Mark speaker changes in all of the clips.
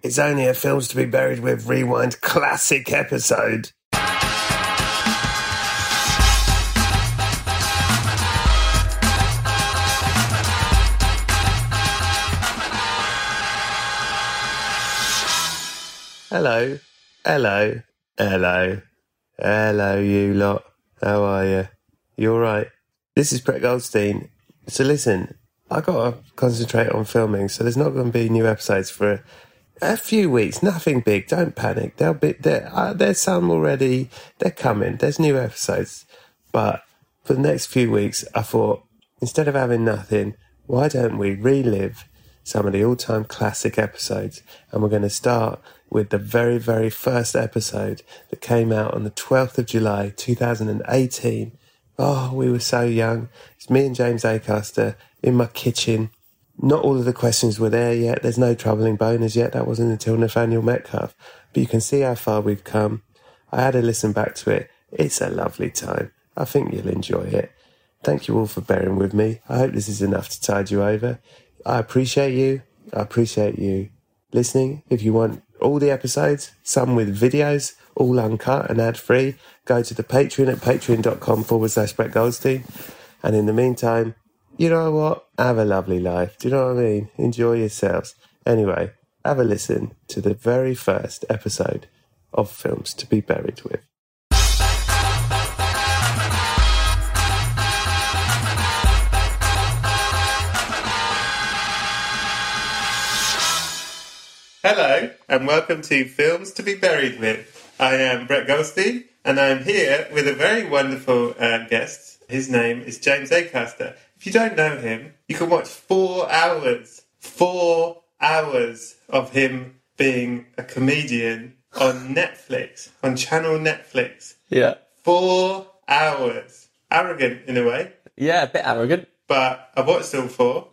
Speaker 1: It's only a Films to be Buried with Rewind classic episode. Hello, hello, hello, hello, you lot. How are you? You all right? This is Brett Goldstein. So listen, I got to concentrate on filming, so there's not going to be new episodes for a a few weeks, nothing big. Don't panic. They'll be there. Uh, there's some already. They're coming. There's new episodes, but for the next few weeks, I thought instead of having nothing, why don't we relive some of the all-time classic episodes? And we're going to start with the very, very first episode that came out on the 12th of July, 2018. Oh, we were so young. It's me and James Acaster in my kitchen not all of the questions were there yet. There's no troubling boners yet. That wasn't until Nathaniel Metcalf. But you can see how far we've come. I had a listen back to it. It's a lovely time. I think you'll enjoy it. Thank you all for bearing with me. I hope this is enough to tide you over. I appreciate you. I appreciate you listening. If you want all the episodes, some with videos, all uncut and ad free, go to the Patreon at patreon.com forward slash Brett Goldstein. And in the meantime, you know what? Have a lovely life. Do you know what I mean? Enjoy yourselves. Anyway, have a listen to the very first episode of Films to Be Buried with. Hello, and welcome to Films to Be Buried with. I am Brett Goldstein, and I'm here with a very wonderful uh, guest. His name is James Acaster. If you don't know him, you can watch four hours, four hours of him being a comedian on Netflix, on channel Netflix.
Speaker 2: Yeah.
Speaker 1: Four hours. Arrogant in a way,
Speaker 2: Yeah, a bit arrogant.
Speaker 1: but I watched all four.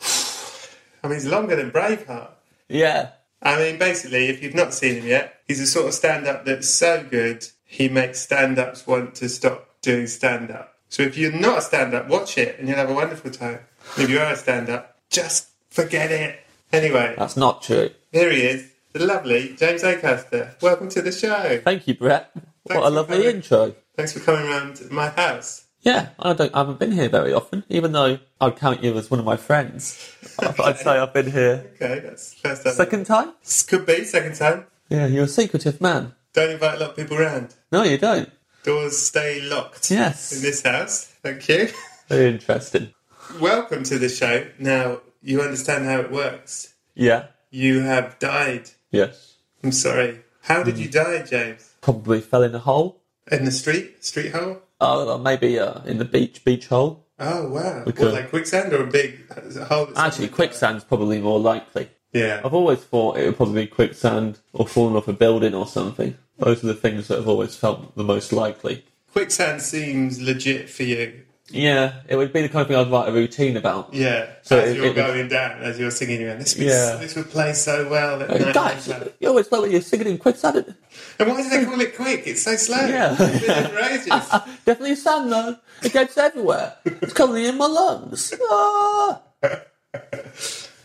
Speaker 1: I mean, it's longer than Braveheart.
Speaker 2: Yeah.
Speaker 1: I mean, basically, if you've not seen him yet, he's a sort of stand up that's so good, he makes stand ups want to stop doing stand up. So if you're not a stand up, watch it and you'll have a wonderful time. And if you are a stand up, just forget it. Anyway,
Speaker 2: That's not true.
Speaker 1: here he is, the lovely James Acaster. Welcome to the show.
Speaker 2: Thank you, Brett. what a
Speaker 1: for
Speaker 2: lovely
Speaker 1: coming.
Speaker 2: intro.
Speaker 1: Thanks for coming round to my house.
Speaker 2: Yeah, I don't I haven't been here very often, even though I count you as one of my friends. I thought I'd say I've been here
Speaker 1: Okay, that's first time.
Speaker 2: second time.
Speaker 1: Could be second time.
Speaker 2: Yeah, you're a secretive man.
Speaker 1: Don't invite a lot of people round.
Speaker 2: No, you don't.
Speaker 1: Doors stay locked in
Speaker 2: Yes.
Speaker 1: this house. Thank you.
Speaker 2: Very interesting.
Speaker 1: Welcome to the show. Now, you understand how it works.
Speaker 2: Yeah.
Speaker 1: You have died.
Speaker 2: Yes.
Speaker 1: I'm sorry. How did you die, James?
Speaker 2: Probably fell in a hole.
Speaker 1: In the street? Street hole?
Speaker 2: Oh, or maybe uh, in the beach, beach hole.
Speaker 1: Oh, wow.
Speaker 2: Okay.
Speaker 1: What, like quicksand or a big uh, hole? that's-
Speaker 2: uh, Actually, quicksand's probably more likely.
Speaker 1: Yeah.
Speaker 2: I've always thought it would probably be quicksand or falling off a building or something. Those are the things that have always felt the most likely.
Speaker 1: Quicksand seems legit for you.
Speaker 2: Yeah, it would be the kind of thing I'd write a routine about.
Speaker 1: Yeah.
Speaker 2: So
Speaker 1: as
Speaker 2: it-
Speaker 1: you're
Speaker 2: it would-
Speaker 1: going down, as you're singing around, this would,
Speaker 2: Yeah.
Speaker 1: this would play so well. That
Speaker 2: Hey,
Speaker 1: night
Speaker 2: guys,
Speaker 1: club."
Speaker 2: you always thought you're singing in quicksand. it-
Speaker 1: And why do they call it quick? It's so slow.
Speaker 2: Yeah.
Speaker 1: It's outrageous.
Speaker 2: Definitely sand though. It goes everywhere. It's currently in my lungs. Ah!
Speaker 1: okay.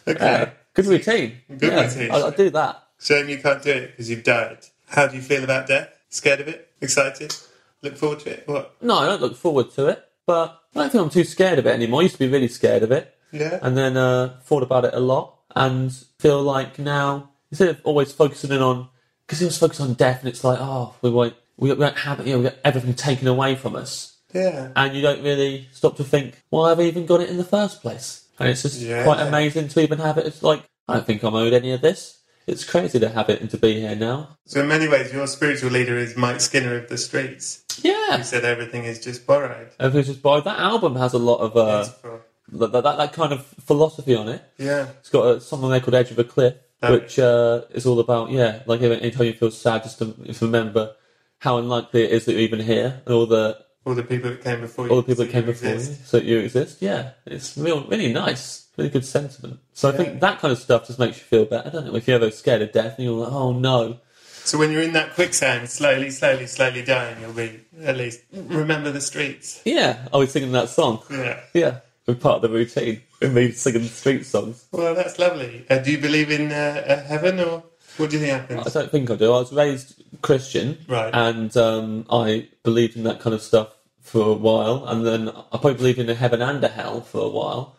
Speaker 2: Yeah, Good routine.
Speaker 1: Good
Speaker 2: yeah,
Speaker 1: routine.
Speaker 2: I'll, I'll do that.
Speaker 1: Shame you can't do it because you've died. How do you feel about death? Scared of it? Excited? Look forward to it? What?
Speaker 2: No, I don't look forward to it, but I don't think I'm too scared of it anymore. I used to be really scared of it.
Speaker 1: Yeah.
Speaker 2: and then uh, thought about it a lot and feel like now instead of always focusing in on because he was focused on death, and it's like, oh, we won't, we don't have, you know, we got everything taken away from us,
Speaker 3: Yeah.
Speaker 2: and you don't really stop to think, why have I even got it in the first place? And it's just
Speaker 3: Yeah.
Speaker 2: quite amazing to even have it. It's like, I don't think I'm owed any of this. It's crazy to have it and to be here now.
Speaker 3: So in many ways, your spiritual leader is Mike Skinner of the Streets, who
Speaker 2: Yeah,
Speaker 3: said everything is just borrowed.
Speaker 2: everything's just by that album has a lot of uh,
Speaker 3: It's from-
Speaker 2: that, that that kind of philosophy on it.
Speaker 3: yeah.
Speaker 2: It's got a song on there called Edge of a Cliff,
Speaker 3: Oh.
Speaker 2: which uh, is all about, yeah, like any time you feel sad, just to, just remember how unlikely it is that you're even here, and all the
Speaker 3: All the people that came before you.
Speaker 2: all the people that
Speaker 3: so
Speaker 2: came
Speaker 3: you
Speaker 2: before
Speaker 3: exist.
Speaker 2: you, so that you exist. Yeah, it's real, really nice, really good sentiment. So I
Speaker 3: Yeah.
Speaker 2: think that kind of stuff just makes you feel better, doesn't it? If you're ever scared of death and you're like, oh no,
Speaker 3: So when you're in that quicksand, slowly, slowly, slowly dying, you'll be at least remember the streets.
Speaker 2: yeah, I was singing that song.
Speaker 3: Yeah.
Speaker 2: Yeah, we're part of the routine. And me singing street songs.
Speaker 3: Well, that's lovely. Uh, do you believe in uh, uh, heaven, or what do you think happens?
Speaker 2: I don't think I do. I was raised Christian,
Speaker 3: Right.
Speaker 2: And um, I believed in that kind of stuff for a while, and then I probably believed in a heaven and a hell for a while.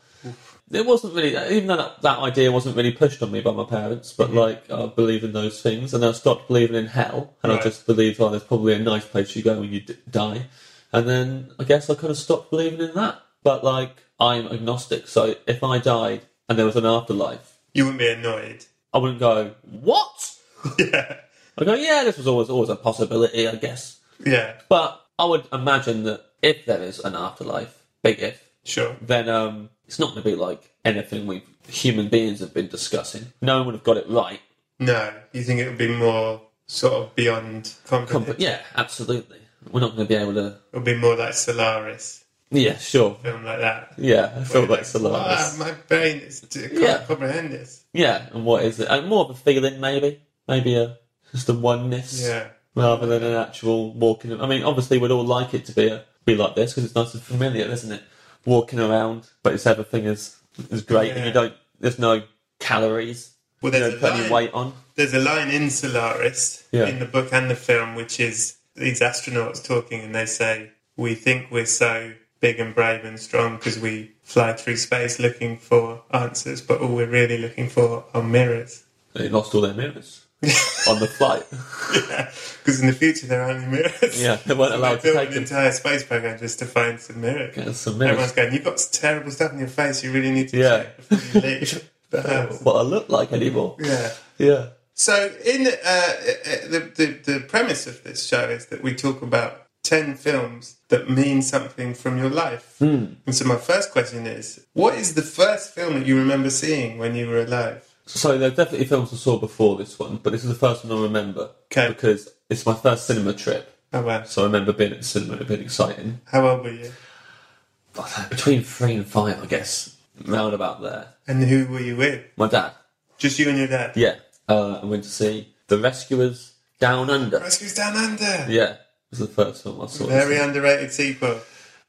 Speaker 2: It wasn't really, even though that, that idea wasn't really pushed on me by my parents,
Speaker 3: Mm-hmm.
Speaker 2: but like I believe in those things, and I stopped believing in hell, and
Speaker 3: Right.
Speaker 2: I just believed, oh, there's probably a nice place you go when you d- die, and then I guess I kind of stopped believing in that. But like I'm agnostic, so if I died and there was an afterlife,
Speaker 3: You wouldn't be annoyed.
Speaker 2: I wouldn't go what.
Speaker 3: yeah.
Speaker 2: I go, yeah, this was always always a possibility, I guess.
Speaker 3: Yeah.
Speaker 2: But I would imagine that if there is an afterlife, big if,
Speaker 3: Sure.
Speaker 2: then um, it's not going to be like anything we human beings have been discussing. No one would have got it right.
Speaker 3: No. You think it would be more sort of beyond
Speaker 2: Com-
Speaker 3: comprehension?
Speaker 2: yeah, absolutely. We're not going to be able to.
Speaker 3: It would be more like Solaris,
Speaker 2: Yeah, sure.
Speaker 3: film like that.
Speaker 2: Yeah, I feel like
Speaker 3: Wow,
Speaker 2: Solaris.
Speaker 3: my brain is I can't
Speaker 2: Yeah.
Speaker 3: comprehend this.
Speaker 2: Yeah, and what is it? And more of a feeling, maybe. Maybe a just a oneness.
Speaker 3: Yeah.
Speaker 2: rather than an actual walking. I mean, obviously, we'd all like it to be a, be like this because it's nice and familiar, isn't it? Walking around, but it's everything is is great, and
Speaker 3: Yeah.
Speaker 2: you don't. There's no calories.
Speaker 3: Well,
Speaker 2: You
Speaker 3: there's
Speaker 2: don't
Speaker 3: a
Speaker 2: put any
Speaker 3: line.
Speaker 2: weight on.
Speaker 3: There's a line in Solaris
Speaker 2: Yeah.
Speaker 3: in the book and the film, which is these astronauts talking, and they say, "We think we're so big and brave and strong because we fly through space looking for answers, but all we're really looking for are mirrors."
Speaker 2: They lost all their mirrors on the flight.
Speaker 3: Because in the future there aren't any mirrors.
Speaker 2: Yeah, they weren't
Speaker 3: So
Speaker 2: allowed
Speaker 3: they
Speaker 2: to
Speaker 3: built
Speaker 2: take
Speaker 3: an
Speaker 2: them.
Speaker 3: entire space program just to find some mirrors.
Speaker 2: Get us some
Speaker 3: Everyone's
Speaker 2: mirrors.
Speaker 3: going, "You've got terrible stuff in your face. You really need to
Speaker 2: Yeah.
Speaker 3: check before you leave." the house."
Speaker 2: What I look like anymore?
Speaker 3: yeah.
Speaker 2: Yeah.
Speaker 3: So, in uh, uh, the, the the premise of this show is that we talk about ten films that mean something from your life.
Speaker 2: Hmm.
Speaker 3: And so, my first question is: What is the first film that you remember seeing when you were alive?
Speaker 2: So there are definitely films I saw before this one, but this is the first one I remember
Speaker 3: 'Kay.
Speaker 2: because it's my first cinema trip.
Speaker 3: Oh wow!
Speaker 2: So I remember being at the cinema and it being exciting.
Speaker 3: How old were you?
Speaker 2: But uh, between three and five, I guess, round about there.
Speaker 3: And who were you with?
Speaker 2: My dad.
Speaker 3: Just you and your dad.
Speaker 2: Yeah. Uh, I went to see The Rescuers Down Under.
Speaker 3: Rescues Down Under.
Speaker 2: Yeah. It was the first film I saw.
Speaker 3: Very underrated sequel.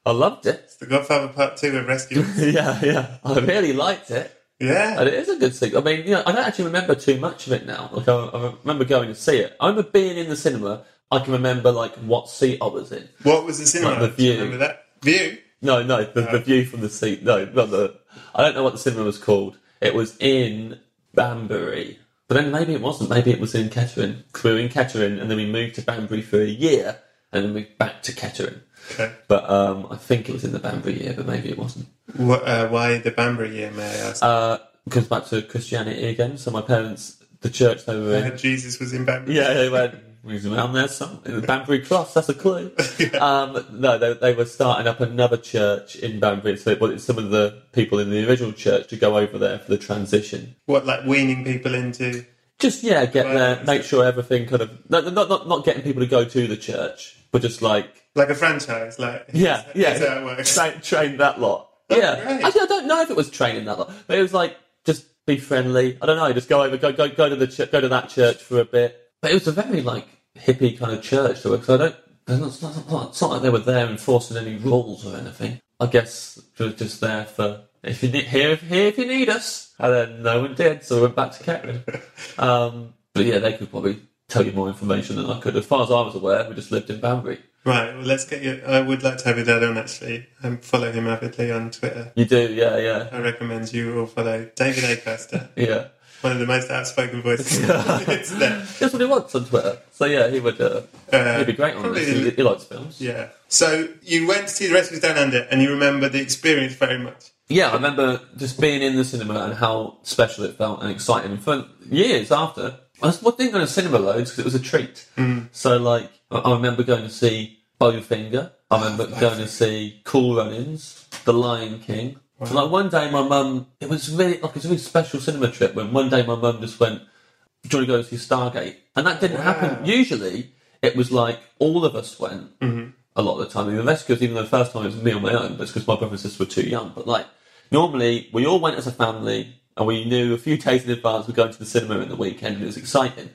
Speaker 2: I loved it.
Speaker 3: It's The Godfather Part Two with Rescuers.
Speaker 2: yeah, yeah. I really liked it.
Speaker 3: yeah.
Speaker 2: And it is a good thing. I mean, you know, I don't actually remember too much of it now. Like, I, I remember going to see it. I remember being in the cinema. I can remember, like, what seat I was in.
Speaker 3: What was the cinema?
Speaker 2: Like The
Speaker 3: Do you
Speaker 2: View.
Speaker 3: Remember that view?
Speaker 2: No, no, the, the view from the seat. No, not the. I don't know what the cinema was called. It was in Banbury. But then maybe it wasn't. Maybe it was in Kettering. 'Cause We were in Kettering and then we moved to Banbury for a year and then we back to Kettering.
Speaker 3: Okay.
Speaker 2: But um, I think it was in the Banbury year, but maybe it wasn't.
Speaker 3: What, uh, why the Banbury year, may I ask?
Speaker 2: Uh, comes back to Christianity again. So my parents, the church they were in,
Speaker 3: Jesus was in Banbury.
Speaker 2: Yeah, they went. He's around there somewhere. The Banbury Cross, that's a clue. um, no, they, they were starting up another church in Banbury, so it wanted some of the people in the original church to go over there for the transition.
Speaker 3: What, like weaning people into?
Speaker 2: Just, yeah, get
Speaker 3: Right.
Speaker 2: there, make sure everything kind of. Not, not, not, not getting people to go to the church, but just like.
Speaker 3: Like a franchise, like
Speaker 2: Yeah,
Speaker 3: that's
Speaker 2: yeah.
Speaker 3: how it works.
Speaker 2: Train, train that lot. Yeah.
Speaker 3: great.
Speaker 2: Actually, I don't know if it was training that lot, but it was like, just be friendly. I don't know, just go over, go, go, go to the ch- go to that church for a bit. But it was a very like hippie kind of church to work. So I don't. It's not, it's not- it's not- it's not like they were there enforcing any rules or anything. I guess they were just there for if you need here, if, here if you need us. And then no one did, so we went back to Kettering. um, but yeah, they could probably tell you more information than I could. As far as I was aware, we just lived in Banbury.
Speaker 3: Right, well, let's get you. I would like to have your dad on actually. I follow him avidly on Twitter.
Speaker 2: You do, yeah, yeah,
Speaker 3: I recommend you all follow David Acaster.
Speaker 2: yeah.
Speaker 3: one of the most outspoken voices on the internet.
Speaker 2: That's what he wants on Twitter. So yeah, he would. Uh,
Speaker 3: Uh,
Speaker 2: he'd be great on
Speaker 3: probably-
Speaker 2: this. He, he likes films.
Speaker 3: Yeah. So you went to see the Rescuers Down Under, and you remember the experience very much.
Speaker 2: Yeah, I remember just being in the cinema and how special it felt and exciting. And for years after, I was one thing on a cinema loads because it was a treat. So like, I, I remember going to see Bowfinger. I remember going to see Cool Runnings, The Lion King. And like one day, my mum. It was really like it was a really special cinema trip. When one day my mum just went, "Do you want to go see Stargate?" And that didn't happen. Usually, it was like all of us went. A lot of the time, even that's because even though the first time it was me on my own, that's because my brother and sister were too young. But like normally, we all went as a family, and we knew a few days in advance we're going to the cinema in the weekend, and it was exciting.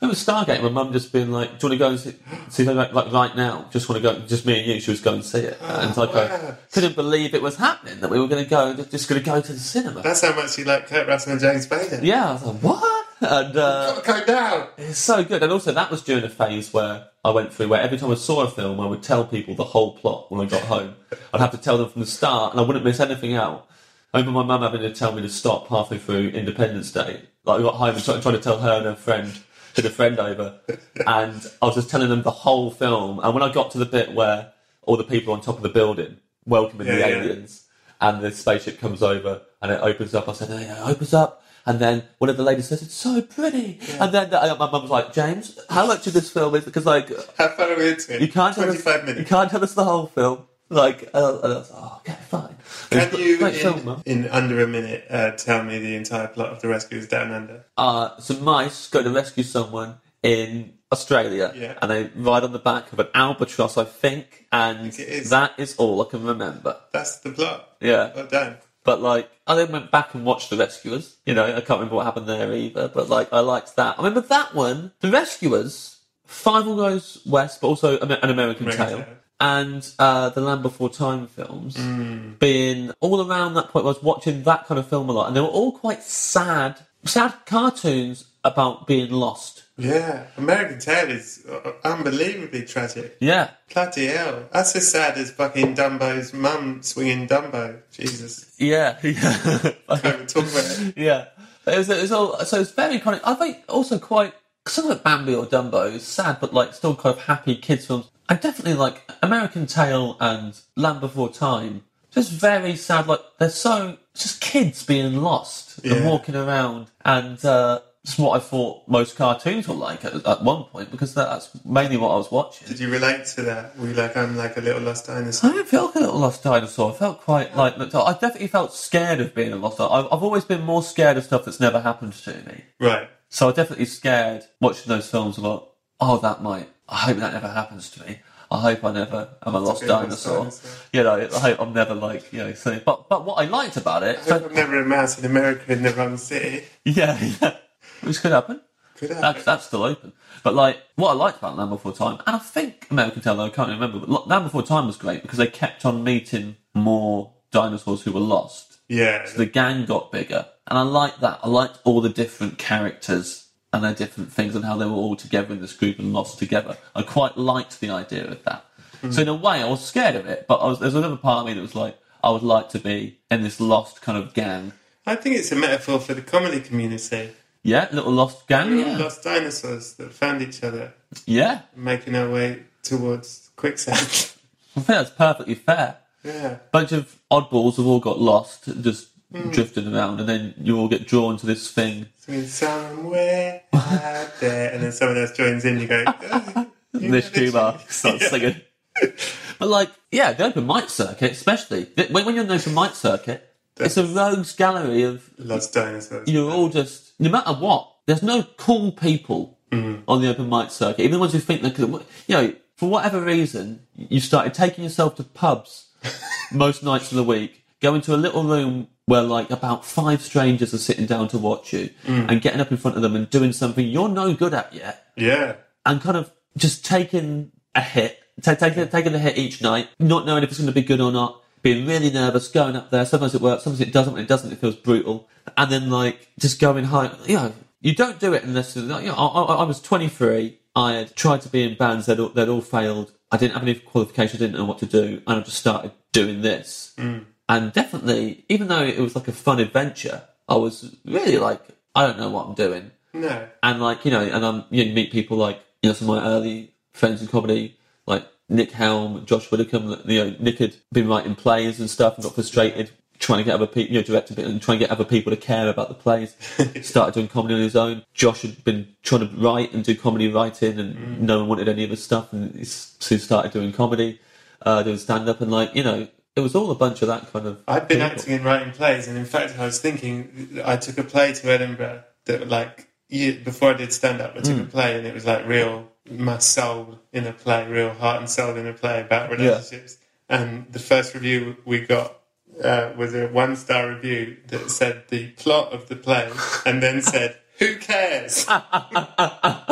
Speaker 2: It was Stargate. My mum just been like, "Do you want to go and see, see like, like right now? Just want to go? Just me and you." She was going to see it, and like I couldn't believe it was happening that we were going to go, just going to go to the cinema.
Speaker 3: That's how much you like Kurt Russell and James Bader.
Speaker 2: Yeah, I was like, what? And uh,
Speaker 3: Gotta Go down.
Speaker 2: it's so good. And also, that was during a phase where I went through where every time I saw a film, I would tell people the whole plot when I got home. I'd have to tell them from the start, and I wouldn't miss anything out. I remember my mum having to tell me to stop halfway through Independence Day. Like, I got home and tried, tried to tell her and her friend, to the friend over, and I was just telling them the whole film. And when I got to the bit where all the people on top of the building welcoming the
Speaker 3: Yeah, yeah.
Speaker 2: aliens, and the spaceship comes over and it opens up. I said, "There you go, it opens up. And then one of the ladies says, it's so pretty. And then uh, my mum was like, James, how much of this film is, because like,
Speaker 3: How far are we into it?
Speaker 2: you can't tell us,
Speaker 3: 25
Speaker 2: you
Speaker 3: minutes.
Speaker 2: can't tell us the whole film. Like, uh, and I was like, oh, okay, fine. It's
Speaker 3: Can
Speaker 2: a
Speaker 3: you,
Speaker 2: great film, Mum.
Speaker 3: in, in under a minute, uh, tell me the entire plot of The Rescuers Down Under?
Speaker 2: uh, some mice go to rescue someone in Australia,
Speaker 3: Yeah.
Speaker 2: and they ride on the back of an albatross, I think, and
Speaker 3: think it is.
Speaker 2: that is all I can remember.
Speaker 3: That's the plot.
Speaker 2: Yeah.
Speaker 3: Well done.
Speaker 2: But like, I then went back and watched The Rescuers. You know, I can't remember what happened there either. But like, I liked that. I remember that one, The Rescuers, Five All Goes West, but also Amer- An American,
Speaker 3: American
Speaker 2: Tale,
Speaker 3: Tale.
Speaker 2: and uh, The Land Before Time films, Mm. being all around that point. I was watching that kind of film a lot, and they were all quite sad, sad cartoons about being lost.
Speaker 3: Yeah. American Tale is uh, unbelievably tragic.
Speaker 2: Yeah,
Speaker 3: Bloody hell. That's as sad as fucking Dumbo's mum swinging Dumbo. Jesus.
Speaker 2: yeah,
Speaker 3: Can't even talk about it.
Speaker 2: yeah. It was, it was all, so it's very kind of, I think also quite, something like Bambi or Dumbo is sad, but like still kind of happy kids films. And definitely like American Tail and Land Before Time, just very sad. Like they're so, it's just kids being lost and
Speaker 3: Yeah.
Speaker 2: walking around. And uh, it's what I thought most cartoons were like at, at one point because that's mainly what I was watching.
Speaker 3: Did you relate to that? Were you like, I'm like a little lost
Speaker 2: I
Speaker 3: dinosaur?
Speaker 2: didn't feel like a little lost dinosaur. I felt quite like looked up. I definitely felt scared of being a lost dinosaur. I've, I've always been more scared of stuff that's never happened to me.
Speaker 3: Right.
Speaker 2: So I definitely scared watching those films about, oh, that might, I hope that never happens to me. I hope I never am a lost
Speaker 3: good lost
Speaker 2: dinosaur.
Speaker 3: dinosaur.
Speaker 2: You know, I hope I'm never like, you know, so, but, but what I liked about it,
Speaker 3: I hope I'm never a mouse in America in the wrong city.
Speaker 2: yeah, yeah, which could happen.
Speaker 3: Could
Speaker 2: That's,
Speaker 3: happen.
Speaker 2: that's still open. But like, what I liked about Land Before Time, and I think American Tail, though, I can't remember, but Land Before Time was great because they kept on meeting more dinosaurs who were lost.
Speaker 3: Yeah.
Speaker 2: the gang got bigger. And I liked that. I liked all the different characters and their different things and how they were all together in this group and lost together. I quite liked the idea of that. So in a way, I was scared of it, but I was, there's another part of me that was like, I would like to be in this lost kind of gang.
Speaker 3: I think it's a metaphor for the comedy community.
Speaker 2: Yeah, little lost gang.
Speaker 3: Little
Speaker 2: Yeah,
Speaker 3: Lost dinosaurs that found each other,
Speaker 2: yeah.
Speaker 3: making our way towards quicksand.
Speaker 2: I think that's perfectly fair.
Speaker 3: yeah.
Speaker 2: bunch of oddballs have all got lost, just drifted around, and then you all get drawn to this thing
Speaker 3: So in somewhere out there, and then someone else joins in. You go. "Oh, you know
Speaker 2: this
Speaker 3: this
Speaker 2: tuba
Speaker 3: one."
Speaker 2: starts
Speaker 3: Yeah.
Speaker 2: singing. But like, yeah, the open mic circuit, especially th- when, when you're in the open mic circuit, it's a rogues gallery of
Speaker 3: Lost dinosaurs.
Speaker 2: you're all just no matter what. There's no cool people on the open mic circuit, even the ones who think they're cool. You know, for whatever reason, you started taking yourself to pubs most nights of the week, going to a little room where like about five strangers are sitting down to watch you, and getting up in front of them and doing something you're no good at yet
Speaker 3: Yeah.
Speaker 2: and kind of just taking a hit, ta taking taking a hit each night, not knowing if it's going to be good or not, being really nervous, going up there. Sometimes it works, sometimes it doesn't. When it doesn't, it feels brutal. And then like just going home. You know, you don't do it unless you know. I, I, I was 23. I had tried to be in bands. They'd all, they'd all failed. I didn't have any qualifications. I didn't know what to do, and I just started doing this. And definitely, even though it was like a fun adventure, I was really like I don't know what I'm doing.
Speaker 3: No.
Speaker 2: and like you know, and um, you know, meet people like you know some of my early friends in comedy, like Nick Helm, Josh Widdicombe. You know, Nick had been writing plays and stuff, and got frustrated trying to get other people, you know, directing and trying to get other people to care about the plays. Started doing comedy on his own. Josh had been trying to write and do comedy writing, and
Speaker 3: Mm.
Speaker 2: no one wanted any of his stuff, and he s- soon started doing comedy, uh, doing stand up, and like you know. It was all a bunch of that kind of.
Speaker 3: I've been
Speaker 2: people.
Speaker 3: acting and writing plays, and in fact, I was thinking I took a play to Edinburgh that, like, ye before I did stand up, I took a play, and it was like real my soul in a play, real heart and soul in a play about relationships. And the first review we got uh, was a one star review that said the plot of the play, and then said, "Who cares?" I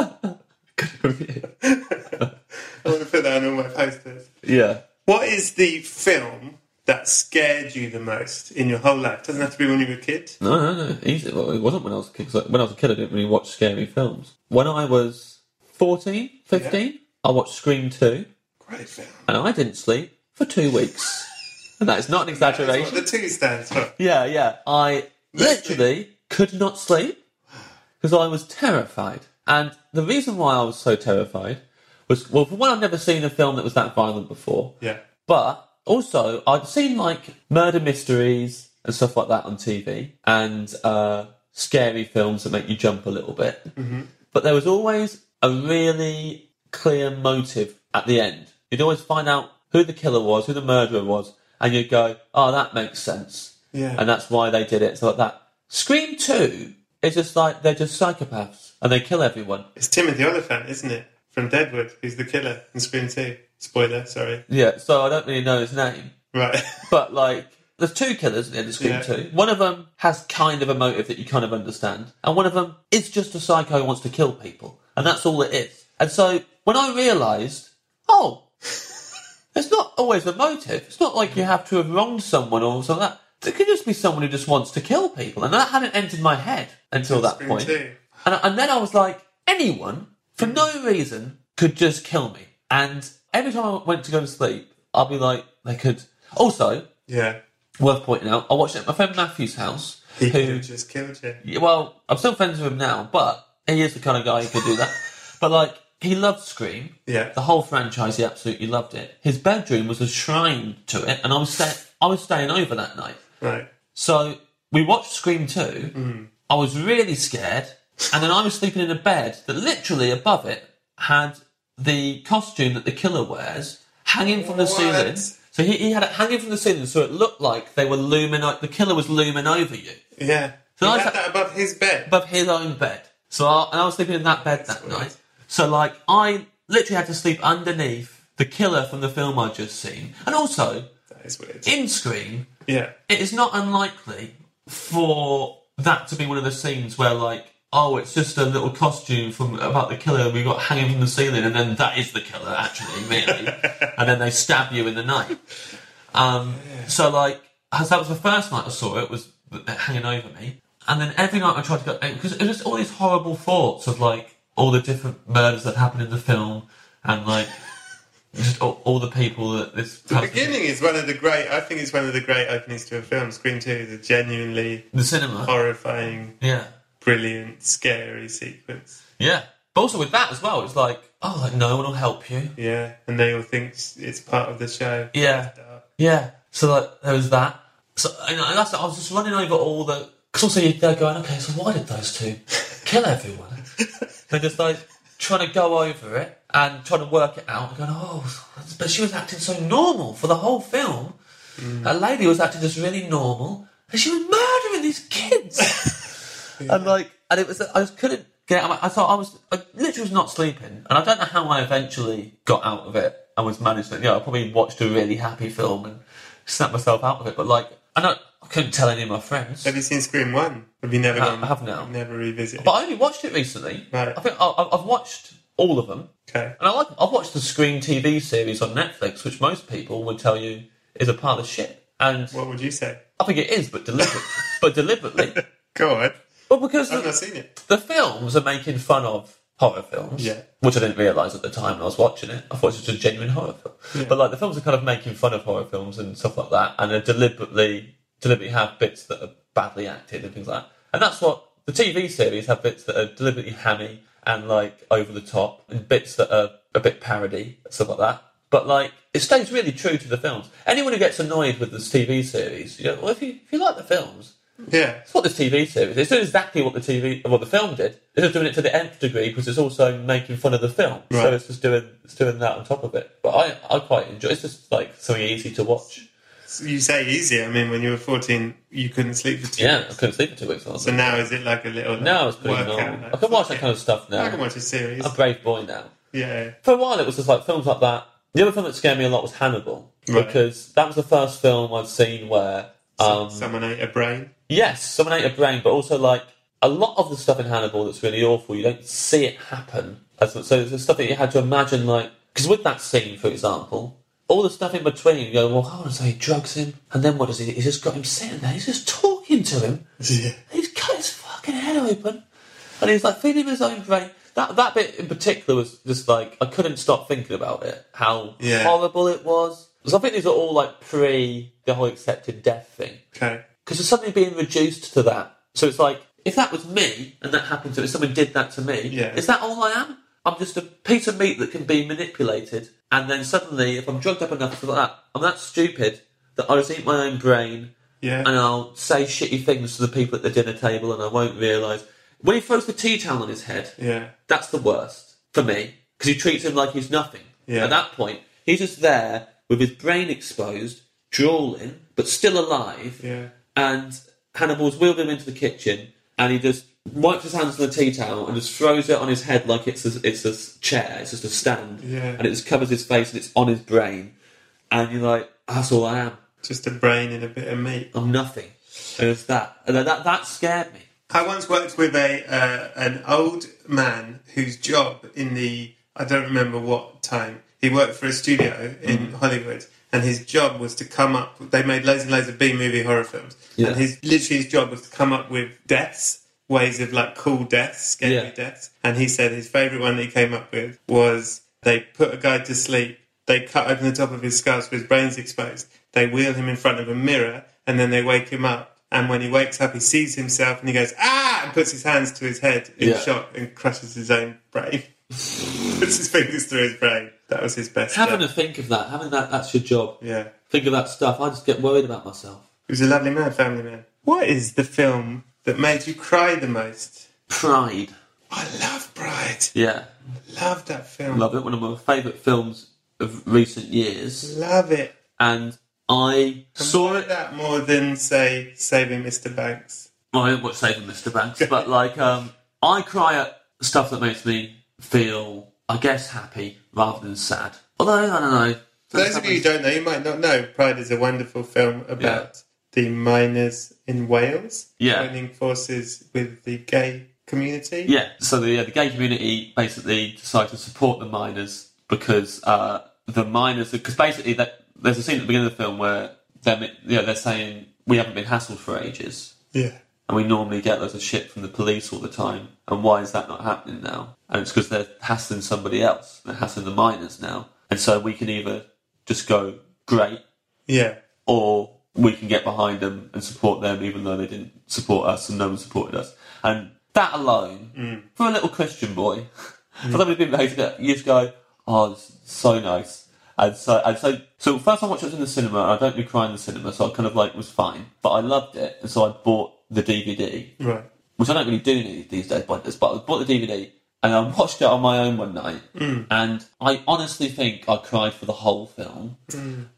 Speaker 3: want to put that on all my posters.
Speaker 2: yeah.
Speaker 3: What is the film that scared you the most in your whole life? Doesn't have to be when you were a kid.
Speaker 2: No, no, no. Easy. Well, it wasn't when I was a kid. 'cause when I was a kid, I didn't really watch scary films. When I was 14, 15, I watched Scream 2,
Speaker 3: Great film.
Speaker 2: and I didn't sleep for two weeks. and that is not an
Speaker 3: That's what
Speaker 2: exaggeration.
Speaker 3: the two stands for.
Speaker 2: Yeah, yeah. I
Speaker 3: That's it.
Speaker 2: literally could not sleep because I was terrified. And the reason why I was so terrified was, well, for one, I've never seen a film that was that violent before.
Speaker 3: Yeah.
Speaker 2: But also, I'd seen like murder mysteries and stuff like that on TV and uh, scary films that make you jump a little bit. But there was always a really clear motive at the end. You'd always find out who the killer was, who the murderer was, and you'd go, oh, that makes sense.
Speaker 3: Yeah.
Speaker 2: And that's why they did it. So like that. Scream 2 is just like, they're just psychopaths and they kill everyone.
Speaker 3: It's Timothy Oliphant, isn't it? From Deadwood, who's the killer in Scream 2. Spoiler, sorry.
Speaker 2: Yeah, so I don't really know his name.
Speaker 3: Right.
Speaker 2: But like, there's two killers in the Scream
Speaker 3: Yeah.
Speaker 2: Two. One of them has kind of a motive that you kind of understand, and one of them is just a psycho who wants to kill people, and that's all it is. And so when I realised, oh, it's not always a motive. It's not like you have to have wronged someone or something. like That there could just be someone who just wants to kill people, and that hadn't entered my head until that
Speaker 3: Scream
Speaker 2: point.
Speaker 3: 2.
Speaker 2: And, and then I was like, anyone for no reason could just kill me. And every time I went to go to sleep, I'd be like, they could. Also,
Speaker 3: Yeah.
Speaker 2: worth pointing out, I watched it at my friend Matthew's house.
Speaker 3: He could
Speaker 2: Who,
Speaker 3: have just killed you.
Speaker 2: yeah, well, I'm still friends with him now, but he is the kind of guy who could do that. but like, he loved Scream.
Speaker 3: Yeah.
Speaker 2: The whole franchise, he absolutely loved it. His bedroom was a shrine to it, and I was sta- I was staying over that night.
Speaker 3: Right.
Speaker 2: So we watched Scream 2. I was really scared. And then I was sleeping in a bed that literally above it had the costume that the killer wears hanging from the
Speaker 3: What?
Speaker 2: ceiling. So he, he had it hanging from the ceiling so it looked like they were looming, o- the killer was looming over you
Speaker 3: Yeah.
Speaker 2: So
Speaker 3: he
Speaker 2: I
Speaker 3: had
Speaker 2: was-
Speaker 3: that above his bed.
Speaker 2: above his own bed. So I, and I was sleeping in that bed that night. So like I literally had to sleep underneath the killer from the film I just seen. And also,
Speaker 3: That is weird.
Speaker 2: in Scream,
Speaker 3: Yeah.
Speaker 2: it is not unlikely for that to be one of the scenes where like oh it's just a little costume from about the killer we got hanging from the ceiling and then that is the killer actually really and then they stab you in the night um, so like as that was the first night i saw it was it hanging over me and then every night i tried to go because it was just all these horrible thoughts of like all the different murders that happened in the film and like just all, all the people that this
Speaker 3: The beginning is one of the great, I think it's one of the great openings to a film. Scream 2 is a genuinely
Speaker 2: the cinema
Speaker 3: horrifying,
Speaker 2: yeah
Speaker 3: brilliant, scary sequence.
Speaker 2: Yeah. But also with that as well, it's like, oh, like no one will help you.
Speaker 3: Yeah. And they all think it's part of the show.
Speaker 2: Yeah. Yeah. So like, there was that. So and I- that's I was just running over all the. Because also you're there going, okay, so why did those two kill everyone? They're just like trying to go over it and trying to work it out. And going, oh, but she was acting so normal for the whole film. That lady was acting just really normal, and she was murdering these kids. And like, and it was, I just couldn't get out. Of my, I thought I was, I literally was not sleeping, and I don't know how I eventually got out of it and was managed to. You know, I probably watched a really happy film and snapped myself out of it. But like, I don't, I couldn't tell any of my friends.
Speaker 3: Have you seen Scream 1? Have you never
Speaker 2: No,
Speaker 3: gone?
Speaker 2: Uh, I have now.
Speaker 3: Never revisited.
Speaker 2: But I only watched it recently.
Speaker 3: Right.
Speaker 2: I think I, I- I've watched all of them,
Speaker 3: okay.
Speaker 2: and I like. I've watched the Screen TV series on Netflix, which most people would tell you is a pile of shit. And
Speaker 3: What would you say?
Speaker 2: I think it is, but deliberately. but deliberately.
Speaker 3: Go on.
Speaker 2: Well, because
Speaker 3: I've not
Speaker 2: the,
Speaker 3: seen it.
Speaker 2: the films are making fun of horror films,
Speaker 3: Yeah.
Speaker 2: which I didn't realise at the time when I was watching it. I thought it was just a genuine horror film. But like the films are kind of making fun of horror films and stuff like that, and are deliberately deliberately have bits that are badly acted and things like that. And that's what The TV series have bits that are deliberately hammy and like over the top, and bits that are a bit parody, stuff like that. But like, it stays really true to the films. Anyone who gets annoyed with this TV series, you know, well, if you if you like the films,
Speaker 3: Yeah.
Speaker 2: it's what this TV series. It's doing exactly what the TV, what the film did. It's just doing it to the nth degree because it's also making fun of the film. So
Speaker 3: Right.
Speaker 2: it's just doing it's doing that on top of it. But I I quite enjoy. It's just like something easy to watch.
Speaker 3: So you say easy. I mean, when you were 14, you couldn't sleep for two
Speaker 2: Yeah, I
Speaker 3: weeks.
Speaker 2: couldn't sleep for two weeks. last
Speaker 3: So
Speaker 2: night.
Speaker 3: now is it like a little. Like,
Speaker 2: Now it's pretty
Speaker 3: workout,
Speaker 2: normal.
Speaker 3: like,
Speaker 2: I can
Speaker 3: fuck
Speaker 2: watch that kind of stuff
Speaker 3: it. I can
Speaker 2: now.
Speaker 3: watch a series.
Speaker 2: I'm a brave boy now.
Speaker 3: Yeah.
Speaker 2: For a while, it was just like films like that. The other film that scared me a lot was Hannibal
Speaker 3: Right.
Speaker 2: because that was the first film I've seen where um,
Speaker 3: Someone ate a brain.
Speaker 2: Yes, someone ate a brain, but also like a lot of the stuff in Hannibal that's really awful, you don't see it happen. As much. So it's the stuff that you had to imagine, like because with that scene, for example, all the stuff in between, you go, well, hold on, so he drugs him, and then what does he? He's just got him sitting there, he's just talking to him,
Speaker 3: Yeah.
Speaker 2: he's cut his fucking head open, and he's like feeding him his own brain. That that bit in particular was just like I couldn't stop thinking about it, how
Speaker 3: Yeah.
Speaker 2: horrible it was. So I think these are all like pre the whole accepted death thing
Speaker 3: Okay.
Speaker 2: because there's something being reduced to that. So it's like, if that was me and that happened to me, someone did that to me,
Speaker 3: Yeah.
Speaker 2: is that all I am? I'm just a piece of meat that can be manipulated. And then suddenly, if I'm drugged up enough for that, I'm that stupid that I'll just eat my own brain
Speaker 3: Yeah.
Speaker 2: and I'll say shitty things to the people at the dinner table and I won't realise. When he throws the tea towel on his head,
Speaker 3: Yeah.
Speaker 2: that's the worst for me because he treats him like he's nothing.
Speaker 3: Yeah.
Speaker 2: At that point, he's just there with his brain exposed, drooling, but still alive.
Speaker 3: Yeah.
Speaker 2: And Hannibal's wheeled him into the kitchen, and he just wipes his hands on the tea towel and just throws it on his head like it's a, it's a chair, it's just a stand,
Speaker 3: Yeah.
Speaker 2: and it just covers his face and it's on his brain. And you're like, that's all I am.
Speaker 3: Just a brain and a bit of meat.
Speaker 2: I'm nothing. And it's that. And that, that scared me.
Speaker 3: I once worked with a uh, an old man whose job in the I don't remember what time he worked for a studio in
Speaker 2: Mm-hmm.
Speaker 3: Hollywood, and his job was to come up. They made loads and loads of B movie horror films,
Speaker 2: Yeah.
Speaker 3: and his literally his job was to come up with deaths, ways of like cool deaths, scary
Speaker 2: Yeah.
Speaker 3: deaths. And he said his favourite one that he came up with was they put a guy to sleep, they cut open the top of his skull so his brain's exposed, they wheel him in front of a mirror, and then they wake him up. And when he wakes up, he sees himself and he goes, ah, and puts his hands to his head in
Speaker 2: Yeah.
Speaker 3: shock and crushes his own brain. puts his fingers through his brain. That was his best.
Speaker 2: Having
Speaker 3: job.
Speaker 2: to think of that, having that, that's your job.
Speaker 3: yeah.
Speaker 2: Think of that stuff. I just get worried about myself.
Speaker 3: He was a lovely man, family man. What is the film that made you cry the most?
Speaker 2: Pride.
Speaker 3: I love Pride.
Speaker 2: Yeah.
Speaker 3: Love that film.
Speaker 2: Love it. One of my favourite films of recent years.
Speaker 3: Love it.
Speaker 2: And I saw
Speaker 3: Enjoy
Speaker 2: it.
Speaker 3: that more than say Saving Mr. Banks.
Speaker 2: Well, I don't watch Saving Mr. Banks, but like, um, I cry at stuff that makes me feel, I guess, happy rather than sad. Although, I don't know.
Speaker 3: For those of you who don't know, you might not know. Pride is a wonderful film about the miners in Wales
Speaker 2: Yeah.
Speaker 3: joining forces with the gay community.
Speaker 2: Yeah, so the, yeah, the gay community basically decided to support the miners because uh, the miners, because basically that, there's a scene at the beginning of the film where they're, you know, they're saying, we haven't been hassled for ages.
Speaker 3: Yeah.
Speaker 2: and we normally get loads of shit from the police all the time. And why is that not happening now? And it's because they're hassling somebody else. They're hassling the miners now. And so we can either just go great,
Speaker 3: Yeah.
Speaker 2: or we can get behind them and support them, even though they didn't support us and no one supported us. And that alone, for a little Christian boy, for somebody who's been raised, in it, you just go, "Oh, it's so nice." And so, and so, so first I watched it in the cinema, and I don't do cry in the cinema, so I kind of like was fine, but I loved it, and so I bought the DVD
Speaker 3: Right.
Speaker 2: which I don't really do these- these days, but but I bought the DVD and I watched it on my own one night, and I honestly think I cried for the whole film.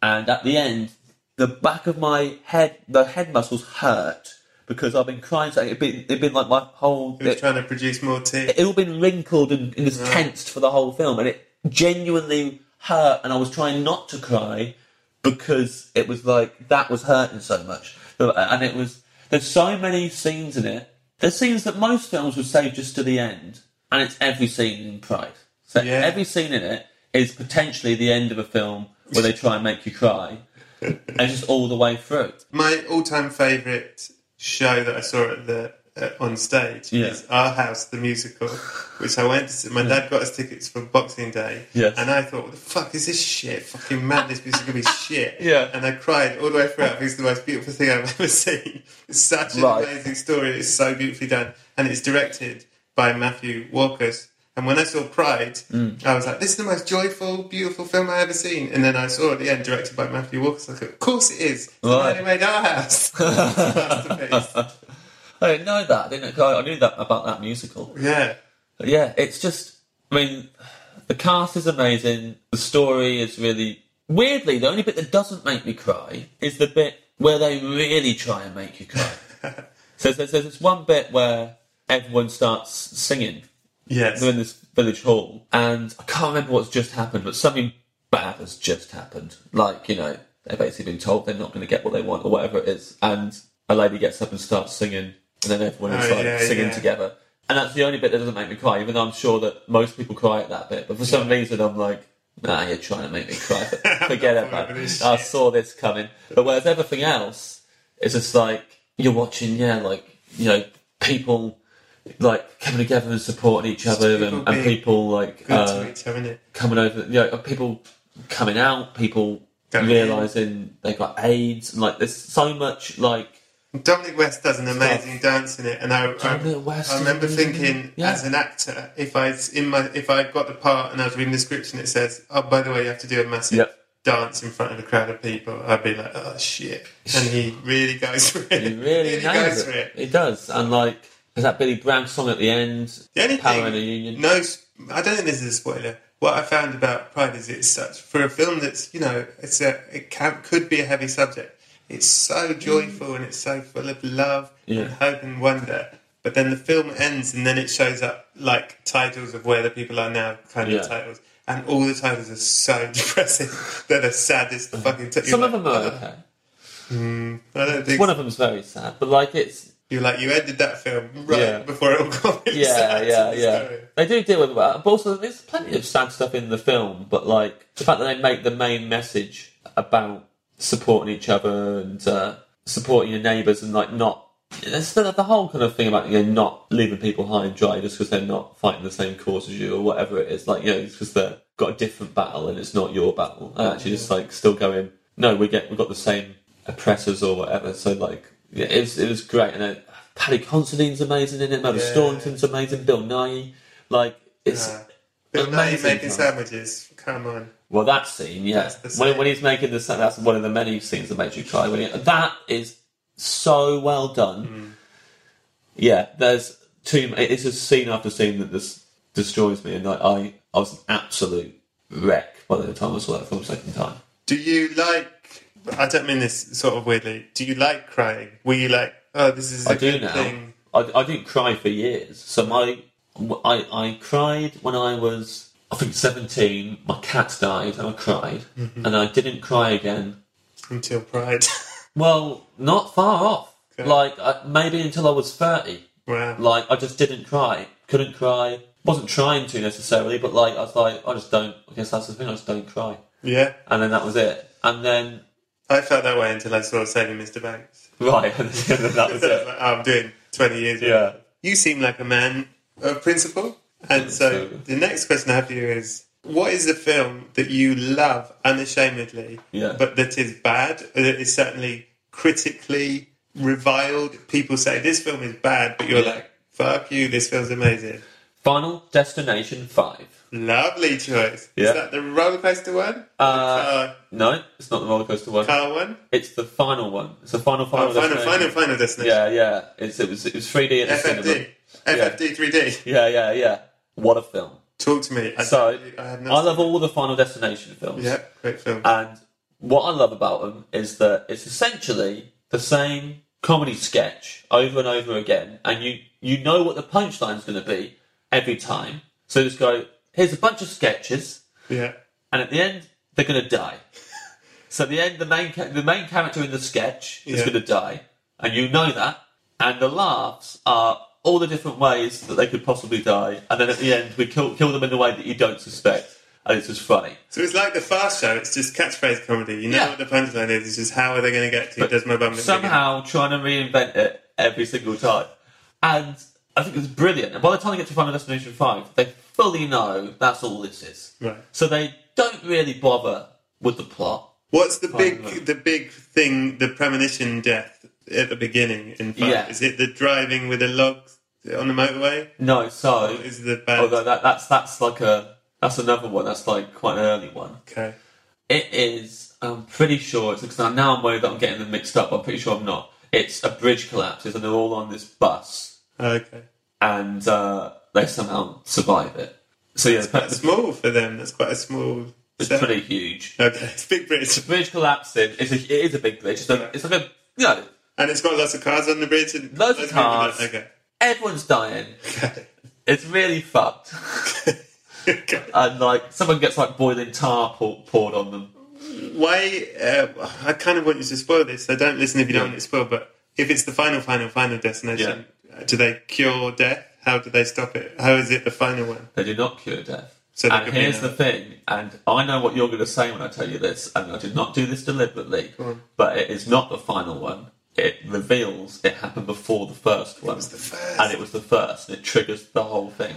Speaker 2: And at the end, the back of my head, the head muscles hurt because I've been crying. So it'd been it'd been like my whole
Speaker 3: He was
Speaker 2: it,
Speaker 3: trying to produce more tears.
Speaker 2: it all been wrinkled and, and was tensed for the whole film, and it genuinely hurt. And I was trying not to cry because it was like that was hurting so much, and it was. There's so many scenes in it. There's scenes that most films would save just to the end, and it's every scene in Pride. So
Speaker 3: Yeah.
Speaker 2: every scene in it is potentially the end of a film where they try and make you cry, and it's just all the way through.
Speaker 3: My all-time favourite show that I saw at the uh, on stage
Speaker 2: Yeah.
Speaker 3: is Our House, the musical, which I went to see. My dad got us tickets for Boxing Day.
Speaker 2: Yes.
Speaker 3: And I thought, what the fuck is this shit? Fucking madness, this is going to be shit.
Speaker 2: Yeah.
Speaker 3: And I cried all the way throughout. It's the most beautiful thing I've ever seen. It's such an
Speaker 2: Right.
Speaker 3: amazing story. It's so beautifully done. And it's directed by Matthew Walkers. And when I saw Pride,
Speaker 2: Mm.
Speaker 3: I was like, this is the most joyful, beautiful film I've ever seen. And then I saw at the end, directed by Matthew Walkers. I was like, of course it is. It's the
Speaker 2: Right.
Speaker 3: man who made Our House. It's a masterpiece.
Speaker 2: I didn't know that. I didn't. Know, I knew that about that musical.
Speaker 3: Yeah,
Speaker 2: But yeah, it's just. I mean, the cast is amazing. The story is really weirdly the only bit that doesn't make me cry is the bit where they really try and make you cry. so there's, there's this one bit where everyone starts singing.
Speaker 3: yes.
Speaker 2: They're in this village hall, and I can't remember what's just happened, but something bad has just happened. Like, you know, they've basically been told they're not going to get what they want or whatever it is. And a lady gets up and starts singing, and then everyone is
Speaker 3: Oh,
Speaker 2: like
Speaker 3: yeah,
Speaker 2: singing
Speaker 3: yeah.
Speaker 2: together. And that's the only bit that doesn't make me cry, even though I'm sure that most people cry at that bit. But for some reason, I'm like, nah, you're trying to make me cry. Forget about it.
Speaker 3: this
Speaker 2: I
Speaker 3: shit.
Speaker 2: saw this coming. But whereas everything else, it's just like you're watching, yeah, like you know, people like coming together and supporting each other,
Speaker 3: people
Speaker 2: and, and
Speaker 3: being
Speaker 2: people like
Speaker 3: Good
Speaker 2: uh,
Speaker 3: to each other, isn't it?
Speaker 2: coming over, you know, people coming out, people
Speaker 3: Going
Speaker 2: realizing they got AIDS, and like there's so much like
Speaker 3: Dominic West does an amazing dance in it, and I, I,
Speaker 2: Dominic West
Speaker 3: I
Speaker 2: is
Speaker 3: remember
Speaker 2: amazing.
Speaker 3: thinking
Speaker 2: Yeah.
Speaker 3: as an actor, if I s- in my if I got the part and I was reading the script and it says, "Oh, by the way, you have to do a massive
Speaker 2: Yep.
Speaker 3: dance in front of a crowd of people," I'd be like, "Oh shit!" And he really goes for it.
Speaker 2: he really nails
Speaker 3: for
Speaker 2: it. He does, and like there's that Billy Brown song at the end,
Speaker 3: The only
Speaker 2: Power
Speaker 3: thing-
Speaker 2: in a Union.
Speaker 3: No, s- I don't think this is a spoiler. What I found about Pride is it's such for a film that's you know it's a it can, could be a heavy subject. It's so joyful and it's so full of love and hope and wonder. But then the film ends and then it shows up like titles of where the people are now, kind
Speaker 2: Yeah.
Speaker 3: of titles, and all the titles are so depressing. They're the saddest fucking. T-
Speaker 2: Uh-huh. Some of them
Speaker 3: uh,
Speaker 2: are okay.
Speaker 3: I don't think
Speaker 2: One of them's very sad, but like it's
Speaker 3: you're like you ended that film right
Speaker 2: Yeah.
Speaker 3: before it all got. really
Speaker 2: yeah,
Speaker 3: sad to
Speaker 2: yeah,
Speaker 3: the
Speaker 2: yeah.
Speaker 3: story.
Speaker 2: They do deal with that, but also there's plenty of sad stuff in the film. But like the fact that they make the main message about supporting each other and uh, supporting your neighbours and like not. It's the, the whole kind of thing about you know not leaving people high and dry just because they're not fighting the same cause as you or whatever it is. Like you know, it's because they've got a different battle and it's not your battle. And actually, just like still going, no, we get we got the same oppressors or whatever. So like, yeah, it was it was great. And uh, Paddy Considine's amazing in it. Mother
Speaker 3: Yeah.
Speaker 2: Staunton's amazing. Bill Nye, like it's
Speaker 3: Yeah. Bill Nye
Speaker 2: amazing
Speaker 3: making
Speaker 2: time.
Speaker 3: sandwiches. Come on.
Speaker 2: Well, that scene, yeah.
Speaker 3: That's the
Speaker 2: When,
Speaker 3: scene.
Speaker 2: when he's making the that's one of the many scenes that makes you cry. When he, that is so well done.
Speaker 3: Mm.
Speaker 2: Yeah, there's too. It's just scene after scene that this destroys me, and like I, I was an absolute wreck by the time I saw that film second time.
Speaker 3: Do you like? I don't mean this sort of weirdly. Do you like crying? Were you like, oh, this is a
Speaker 2: I do
Speaker 3: good
Speaker 2: now.
Speaker 3: thing?
Speaker 2: I, I didn't cry for years. So my, I, I cried when I was, I think, 17. My cat died and I cried.
Speaker 3: Mm-hmm.
Speaker 2: And I didn't cry again.
Speaker 3: Until Pride.
Speaker 2: Well, not far off.
Speaker 3: Okay.
Speaker 2: Like, I, maybe until I was 30.
Speaker 3: wow.
Speaker 2: Like, I just didn't cry. Couldn't cry. Wasn't trying to necessarily, but like, I was like, I just don't, I guess that's the thing, I just don't cry.
Speaker 3: yeah.
Speaker 2: And then that was it. And then,
Speaker 3: I felt that way until I saw Saving Mr. Banks.
Speaker 2: right, and then that was
Speaker 3: I was
Speaker 2: it.
Speaker 3: like, oh, I'm doing 20 years. worth.
Speaker 2: Yeah.
Speaker 3: You seem like a man of principle. And so
Speaker 2: Absolutely.
Speaker 3: the next question I have for you is what is the film that you love unashamedly,
Speaker 2: Yeah.
Speaker 3: but that is bad, or that is certainly critically reviled? People say this film is bad, but you're
Speaker 2: Yeah.
Speaker 3: like, fuck you, this film's amazing.
Speaker 2: Final Destination 5.
Speaker 3: Lovely choice.
Speaker 2: Yeah.
Speaker 3: Is that the roller coaster one?
Speaker 2: Uh, No, it's not the roller coaster one.
Speaker 3: the car, car one?
Speaker 2: It's the final one. It's the final final.
Speaker 3: Oh, final,
Speaker 2: destination.
Speaker 3: final, final destination.
Speaker 2: Yeah, yeah. It's it was it was 3D at the cinema.
Speaker 3: FFD. FFD 3D.
Speaker 2: Yeah, yeah, yeah. What a film!
Speaker 3: Talk to me. I,
Speaker 2: so
Speaker 3: I, have
Speaker 2: I
Speaker 3: not
Speaker 2: love all the Final Destination films.
Speaker 3: Yeah, great film.
Speaker 2: And what I love about them is that it's essentially the same comedy sketch over and over again, and you you know what the punchline's going to be every time. So just go. Here's a bunch of sketches.
Speaker 3: yeah.
Speaker 2: and at the end they're going to die. so at the end, the main ca- the main character in the sketch is
Speaker 3: Yeah.
Speaker 2: going to die, and you know that. And the laughs are all the different ways that they could possibly die, and then at the end we kill kill them in a way that you don't suspect, and it's just funny.
Speaker 3: So it's like the fast show. It's just catchphrase comedy. You know
Speaker 2: Yeah.
Speaker 3: what the punchline is. It's just how are they going to get to? Does my bum look big enough?
Speaker 2: Somehow trying to reinvent it every single time. And I think it was brilliant. And by the time they get to Final Destination 5, they fully know that's all this is.
Speaker 3: Right.
Speaker 2: So they don't really bother with the plot.
Speaker 3: What's the
Speaker 2: Finally.
Speaker 3: big the big thing? The premonition death at the beginning in five.
Speaker 2: Yeah.
Speaker 3: Is it the driving with a log on the motorway?
Speaker 2: No, so.
Speaker 3: Is the bad
Speaker 2: Although that, that's, that's like a. That's another one. That's like quite an early one.
Speaker 3: okay?
Speaker 2: It is. I'm pretty sure it's because now I'm worried that I'm getting them mixed up. I'm pretty sure I'm not. It's a bridge collapses and they're all on this bus
Speaker 3: Okay,
Speaker 2: and uh, they somehow survive it. So yeah, the,
Speaker 3: that's
Speaker 2: the,
Speaker 3: small for them. That's quite a small.
Speaker 2: it's
Speaker 3: set.
Speaker 2: pretty huge.
Speaker 3: Okay, it's big bridge,
Speaker 2: Bridge collapsing. It's a, it is a big bridge. It's, a, it's like a you know
Speaker 3: and it's got lots of cars on the bridge and
Speaker 2: Loads of
Speaker 3: people on it.
Speaker 2: cars. everyone's dying.
Speaker 3: Okay,
Speaker 2: It's really fucked.
Speaker 3: okay.
Speaker 2: and like someone gets like boiling tar pour, poured on them.
Speaker 3: Why? Uh, I kind of want you to spoil this. So don't listen if you don't want it spoiled. But if it's the final, final, final destination, uh do they cure death? How do they stop it? How is it the final one?
Speaker 2: They do not cure death.
Speaker 3: So there
Speaker 2: and
Speaker 3: could be
Speaker 2: here's the
Speaker 3: another-
Speaker 2: thing, and I know what you're going to say when I tell you this, and I did not do this deliberately, but it is not the final one. It reveals it happened before the first one.
Speaker 3: was the first.
Speaker 2: And it was the first, and it triggers the whole thing.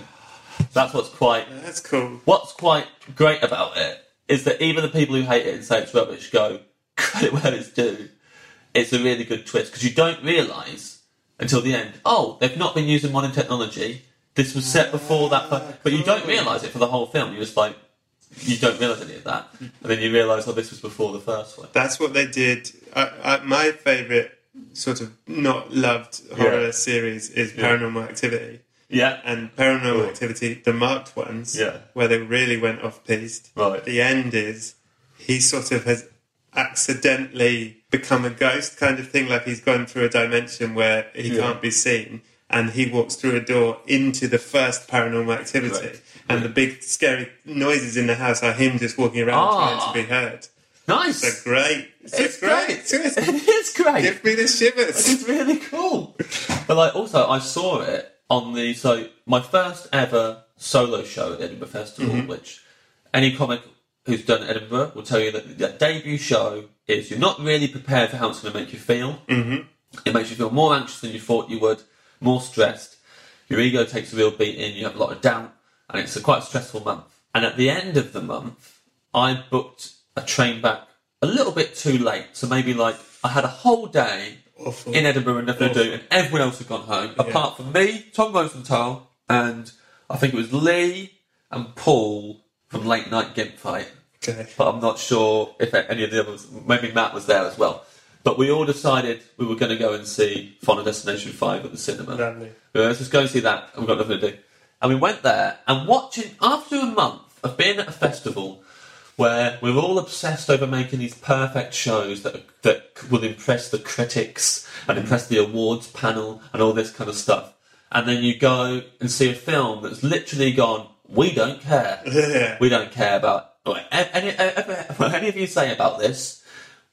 Speaker 2: That's what's quite
Speaker 3: That's cool.
Speaker 2: what's quite great about it is that even the people who hate it and say it's rubbish go credit where it's due. It's a really good twist because you don't realise until the end. Oh, they've not been using modern technology. This was set before that, but but you don't realise it for the whole film. You're just like, you don't realise any of that, and then you realise oh, this was before the first one.
Speaker 3: That's what they did. I, I, my favourite sort of not loved horror series is Paranormal Activity.
Speaker 2: Yeah, and
Speaker 3: And Paranormal Activity, the marked ones,
Speaker 2: Yeah.
Speaker 3: where they really went off piste.
Speaker 2: Right.
Speaker 3: The end is he sort of has accidentally become a ghost kind of thing, like he's gone through a dimension where he
Speaker 2: Yeah.
Speaker 3: can't be seen. And he walks through a door into the first paranormal activity.
Speaker 2: Right.
Speaker 3: And the big scary noises in the house are him just walking around
Speaker 2: Ah.
Speaker 3: trying to be heard.
Speaker 2: nice.
Speaker 3: It's a great. It's, a
Speaker 2: It's
Speaker 3: great.
Speaker 2: great.
Speaker 3: twist.
Speaker 2: It's great.
Speaker 3: Give me the shivers.
Speaker 2: It's really cool. But like, also, I saw it on the so my first ever solo show at Edinburgh Festival, which any comic who's done Edinburgh will tell you that that debut show is you're not really prepared for how it's going to make you feel. Mm-hmm. It makes you feel more anxious than you thought you would, more stressed. Your ego takes a real beating. You have a lot of doubt, and it's a quite stressful month. And at the end of the month, I booked a train back a little bit too late. So maybe like I had a whole day
Speaker 3: Awful.
Speaker 2: in Edinburgh and nothing to do, and everyone else had gone home apart from me, Tom Rosenthal, and I think it was Lee and Paul from Late Night Gimp Fight.
Speaker 3: Okay.
Speaker 2: But I'm not sure if any of the others, maybe Matt was there as well. But we all decided we were going to go and see Final Destination 5 at the cinema.
Speaker 3: Lovely.
Speaker 2: We were, Let's just go and see that, and we've got nothing to do. And we went there, and watching, after a month of being at a festival where we're all obsessed over making these perfect shows that, that will impress the critics and impress the awards panel and all this kind of stuff. And then you go and see a film that's literally gone, we don't care.
Speaker 3: Yeah.
Speaker 2: We don't care about what any, what any of you say about this.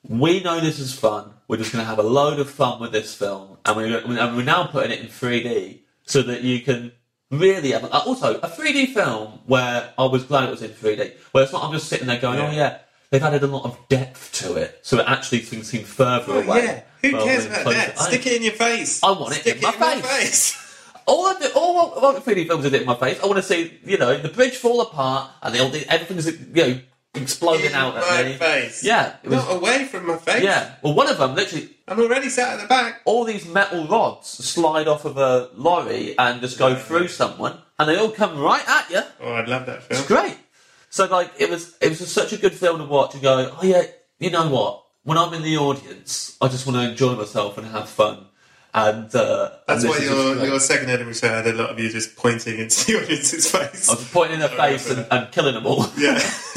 Speaker 2: We know this is fun. We're just going to have a load of fun with this film, and we're, and we're now putting it in 3D so that you can really have. uh, Also, a 3D film where I was glad it was in 3D, where it's not I'm just sitting there going, oh yeah, they've added a lot of depth to it, so it actually seems seem further
Speaker 3: Oh,
Speaker 2: away.
Speaker 3: yeah. Who
Speaker 2: rather
Speaker 3: cares
Speaker 2: than
Speaker 3: about
Speaker 2: closer.
Speaker 3: that?
Speaker 2: I-
Speaker 3: Stick it in your face.
Speaker 2: I want it
Speaker 3: Stick
Speaker 2: in my face. All I do, all I want 3D films is it in my face. I want to see, you know, the bridge fall apart and they all the, everything's, you know, exploding
Speaker 3: in
Speaker 2: out
Speaker 3: my
Speaker 2: at me.
Speaker 3: face.
Speaker 2: Yeah, it was-
Speaker 3: Not away from my face.
Speaker 2: Yeah. Well, one of them literally,
Speaker 3: I'm already sat at the back.
Speaker 2: all these metal rods slide off of a lorry and just go through someone, and they all come right at you.
Speaker 3: Oh, I'd love that
Speaker 2: It's
Speaker 3: film.
Speaker 2: great. So like, it was, it was just such a good film to watch and go, oh yeah, you know what? When I'm in the audience, I just want to enjoy myself and have fun. And uh,
Speaker 3: That's
Speaker 2: and
Speaker 3: why
Speaker 2: this is just
Speaker 3: your,
Speaker 2: great.
Speaker 3: your second Edinburgh show had a lot of you just pointing into the audience's face.
Speaker 2: I was pointing in their face and, and killing them all.
Speaker 3: Yeah.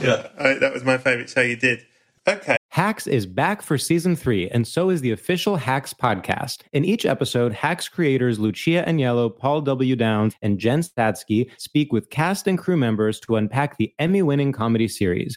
Speaker 2: yeah.
Speaker 3: I, that was my favourite show you did. Okay.
Speaker 4: Hacks is back for season three, and so is the official Hacks podcast. In each episode, Hacks creators Lucia Agnello, Paul W. Downs, and Jen Statsky speak with cast and crew members to unpack the Emmy winning comedy series.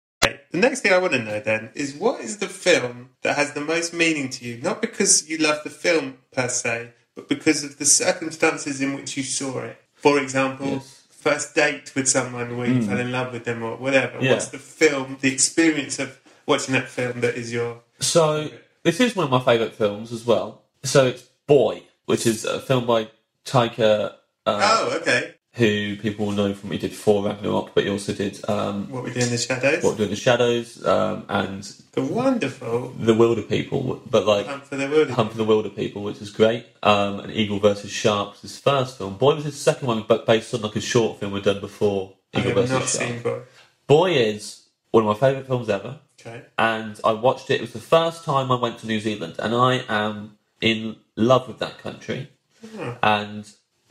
Speaker 3: The next thing I want to know then is what is the film that has the most meaning to you? Not because you love the film per se, but because of the circumstances in which you saw it. For example,
Speaker 2: Yes. Hmm.
Speaker 3: first date with someone where you fell in love with them or whatever.
Speaker 2: Yeah.
Speaker 3: What's the film, the experience of watching that film that is your.
Speaker 2: So this is one of my favourite films as well. So it's Boy, which is a film by Taika, uh,
Speaker 3: Oh, okay.
Speaker 2: who people will know from he did Thor Ragnarok, but he also did um,
Speaker 3: What we do in the shadows.
Speaker 2: What We Do in the Shadows um, and
Speaker 3: The wonderful
Speaker 2: The Wilder People. But like
Speaker 3: Hunt for the Wilderness.
Speaker 2: Hunt for the Wilder People, which is great. Um, and Eagle versus Shark was his first film. Boy was his second one, but based on like a short film we'd done before
Speaker 3: I
Speaker 2: Eagle
Speaker 3: have
Speaker 2: versus
Speaker 3: not
Speaker 2: Shark.
Speaker 3: seen Boy.
Speaker 2: Boy is one of my favourite films ever
Speaker 3: Okay.
Speaker 2: and I watched it. It was the first time I went to New Zealand, and I am in love with that country.
Speaker 3: Hmm.
Speaker 2: And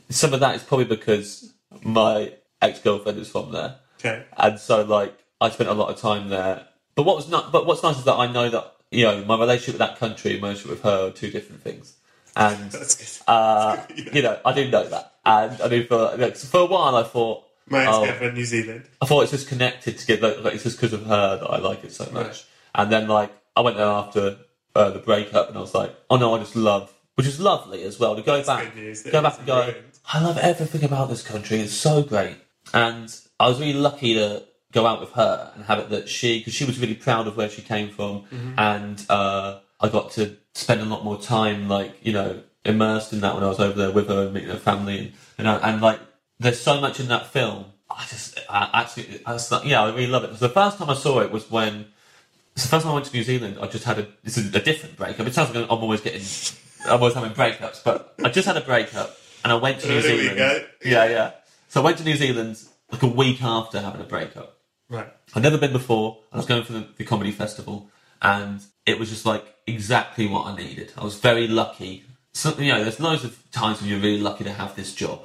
Speaker 2: some of that is probably because my ex girlfriend is from there,
Speaker 3: Okay.
Speaker 2: and so like I spent a lot of time there. But what was not, but what's nice is that I know that you know my relationship with that country, and my relationship with her, are two different things, and
Speaker 3: That's good.
Speaker 2: uh, you know I didn't know that, and I do feel like, like, for a while I thought.
Speaker 3: My ex
Speaker 2: oh,
Speaker 3: girlfriend, New Zealand.
Speaker 2: I thought it's just connected together. Like it's just because of her that I like it so much. And then like I went there after uh, the breakup, and I was like, oh no, I just love, which is lovely as well to go back,
Speaker 3: good news, that
Speaker 2: go back
Speaker 3: it's
Speaker 2: and go.
Speaker 3: ruined.
Speaker 2: I love everything about this country. It's so great. And I was really lucky to go out with her and have it that she, because she was really proud of where she came from, and uh, I got to spend a lot more time, like you know, immersed in that when I was over there with her and meeting her family, and and, I, and like there's so much in that film. I just, I actually, I was like, yeah, I really love it. So the first time I saw it was when so the first time I went to New Zealand, I just had a this is a different breakup. It sounds like I'm always getting, I'm always having breakups, but I just had a breakup and I went to New
Speaker 3: There we
Speaker 2: Zealand.
Speaker 3: go.
Speaker 2: Yeah, yeah. So I went to New Zealand like a week after having a breakup.
Speaker 3: Right.
Speaker 2: I'd never been before. I was going for the, the comedy festival, and it was just like exactly what I needed. I was very lucky. So, you know, there's loads of times when you're really lucky to have this job,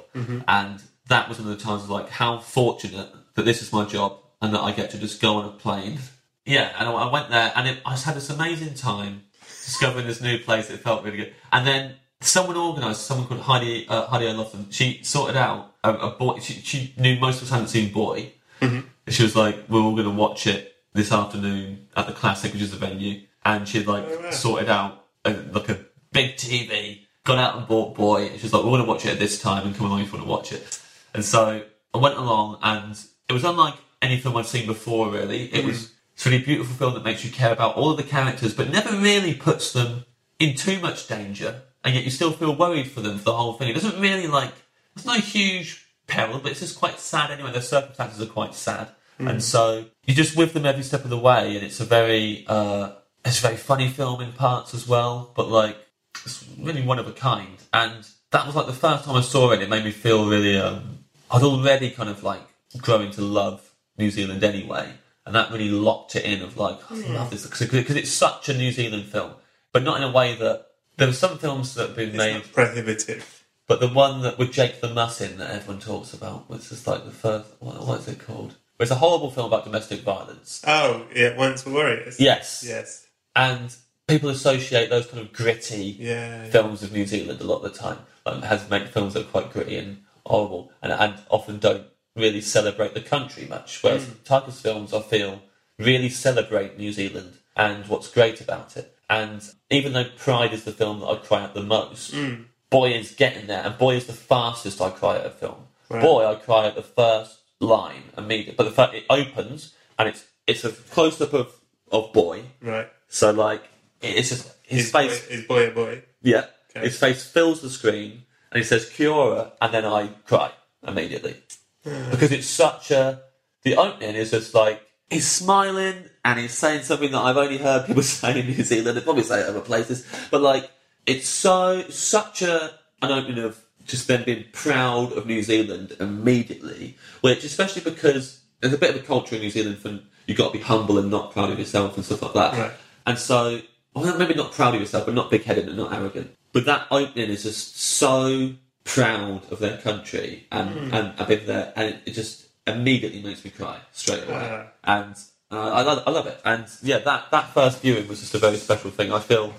Speaker 2: and that was one of the times of like how fortunate that this is my job and that I get to just go on a plane. Yeah, and I, I went there, and it, I just had this amazing time discovering this new place. It felt really good, and then. Someone organised. Someone called Heidi uh, Heidi O'Loughlin. She sorted out a, a boy. She, she knew most of us hadn't seen Boy, and she was like, "We're all going to watch it this afternoon at the Classic, which is the venue." And she had like sorted out a, like a big TV, got out and bought Boy. And she was like, "We're going to watch it at this time, and come along if you want to watch it." And so I went along, and it was unlike any film I've seen before. Really, it was it's a really beautiful film that makes you care about all of the characters, but never really puts them in too much danger, and yet you still feel worried for them for the whole thing. It doesn't really like there's no huge peril, but it's just quite sad anyway. Their circumstances are quite sad, and so you're just with them every step of the way. And it's a very uh, it's a very funny film in parts as well, but like it's really one of a kind. And that was like the first time I saw it. It made me feel really. Um, I'd already kind of like growing to love New Zealand anyway, and that really locked it in of like I love this because it's such a New Zealand film, but not in a way that. There were some films that have been
Speaker 3: It's
Speaker 2: made
Speaker 3: not prohibitive.
Speaker 2: but the one that with Jake the Mutt in that everyone talks about was just like the first. What, what is it called? It's a horrible film about domestic violence.
Speaker 3: Oh, yeah, Once Warriors.
Speaker 2: Yes.
Speaker 3: Yes.
Speaker 2: And people associate those kind of gritty
Speaker 3: Yeah, yeah.
Speaker 2: films of New Zealand a lot of the time. Like, it has made films that are quite gritty and horrible and, and often don't really celebrate the country much. Whereas
Speaker 3: Mm.
Speaker 2: Taika's films, I feel, really celebrate New Zealand and what's great about it. And even though Pride is the film that I cry at the most,
Speaker 3: Mm.
Speaker 2: Boy is getting there, and Boy is the fastest I cry at a film. Boy, I cry at the first line immediately, but the fact it opens and it's it's a close up of of Boy,
Speaker 3: Right.
Speaker 2: so like It's just his
Speaker 3: His
Speaker 2: face.
Speaker 3: boy, his boy, a boy.
Speaker 2: Yeah.
Speaker 3: Okay.
Speaker 2: His face fills the screen and he says Kiora and then I cry immediately. because it's such a the opening is just like he's smiling and he's saying something that I've only heard people say in New Zealand, they probably say it other places. But like it's so such a an opening of just them being proud of New Zealand immediately. Which especially because there's a bit of a culture in New Zealand for you've got to be humble and not proud of yourself and stuff like that.
Speaker 3: Right.
Speaker 2: And so, well, maybe not proud of yourself, but not big headed and not arrogant. But that opening is just so proud of their country and, and, and being there, and it, it just immediately makes me cry straight away.
Speaker 3: Yeah.
Speaker 2: And uh, I, love, I love it. And yeah, that, that first viewing was just a very special thing. I feel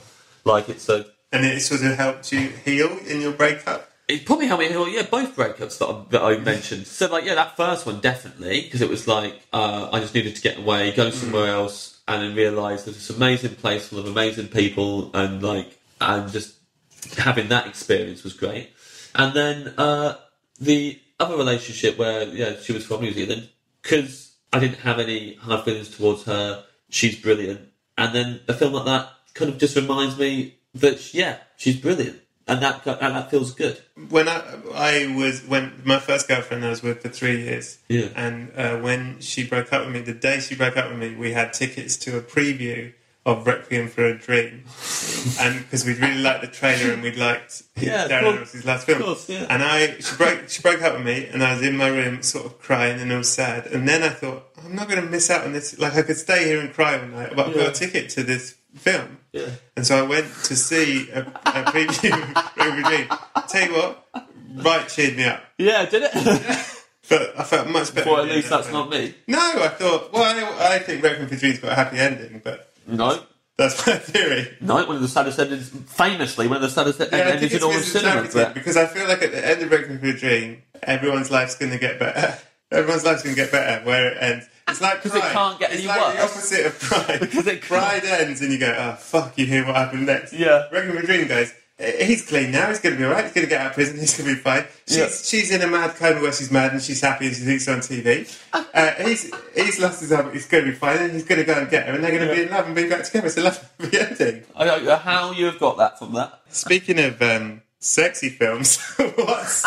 Speaker 2: like it's a.
Speaker 3: And it sort of helped you heal in your breakup.
Speaker 2: It probably helped me. Well, yeah, both breakups that I, that I mentioned. So, like, yeah, that first one definitely because it was like uh, I just needed to get away, go somewhere else, and then realise there's this amazing place full of amazing people, and like, and just having that experience was great. And then uh, the other relationship where yeah, she was from New Zealand because I didn't have any hard feelings towards her. She's brilliant, and then a film like that kind of just reminds me that yeah, she's brilliant, and that and that feels good.
Speaker 3: When I, I was when my first girlfriend I was with for three years,
Speaker 2: Yeah.
Speaker 3: and uh, when she broke up with me, the day she broke up with me, we had tickets to a preview of Requiem for a Dream, and because we'd really liked the trailer and we'd liked
Speaker 2: Yeah, of
Speaker 3: Darren
Speaker 2: course.
Speaker 3: Aronofsky's last film,
Speaker 2: Of course, yeah.
Speaker 3: and I she broke she broke up with me, and I was in my room sort of crying and all sad, and then I thought I'm not going to miss out on this. Like I could stay here and cry all night, but I've got
Speaker 2: Yeah.
Speaker 3: a ticket to this film.
Speaker 2: Yeah.
Speaker 3: And so I went to see a, a preview of Ruby Dream. Tell you what, right cheered me up.
Speaker 2: Yeah, did it?
Speaker 3: But I felt much better.
Speaker 2: well, at
Speaker 3: than
Speaker 2: least
Speaker 3: that
Speaker 2: that's
Speaker 3: one.
Speaker 2: not me.
Speaker 3: No, I thought, well, I, know, I think Requiem for Dream's got a happy ending, but
Speaker 2: No,
Speaker 3: that's my theory.
Speaker 2: no, one of the saddest endings, famously, one of the saddest
Speaker 3: Yeah, I
Speaker 2: endings
Speaker 3: think
Speaker 2: in
Speaker 3: it's
Speaker 2: all of
Speaker 3: because it's
Speaker 2: cinema.
Speaker 3: targeted,
Speaker 2: but-
Speaker 3: because I feel like at the end of Requiem for a Dream, everyone's life's going to get better. Everyone's life's going to get better where it ends. It's like
Speaker 2: 'Cause it
Speaker 3: Pride.
Speaker 2: can't get
Speaker 3: it's
Speaker 2: any
Speaker 3: like the
Speaker 2: worse.
Speaker 3: opposite of pride.
Speaker 2: Because it
Speaker 3: pride ends and you go, oh fuck, you hear what happened next.
Speaker 2: Yeah.
Speaker 3: Requiem for a Dream goes, "Eh, he's clean now. He's going to be all right. He's going to get out of prison. He's going to be fine. She's she's in a mad coma where she's mad and she's happy and she thinks it's on TV. Uh, he's he's lost his habit. He's going to be fine and he's going to go and get her and they're going to be in love and be back together. It's a lovely ending.
Speaker 2: I don't know how you've got that from that.
Speaker 3: Speaking of um, sexy films, what's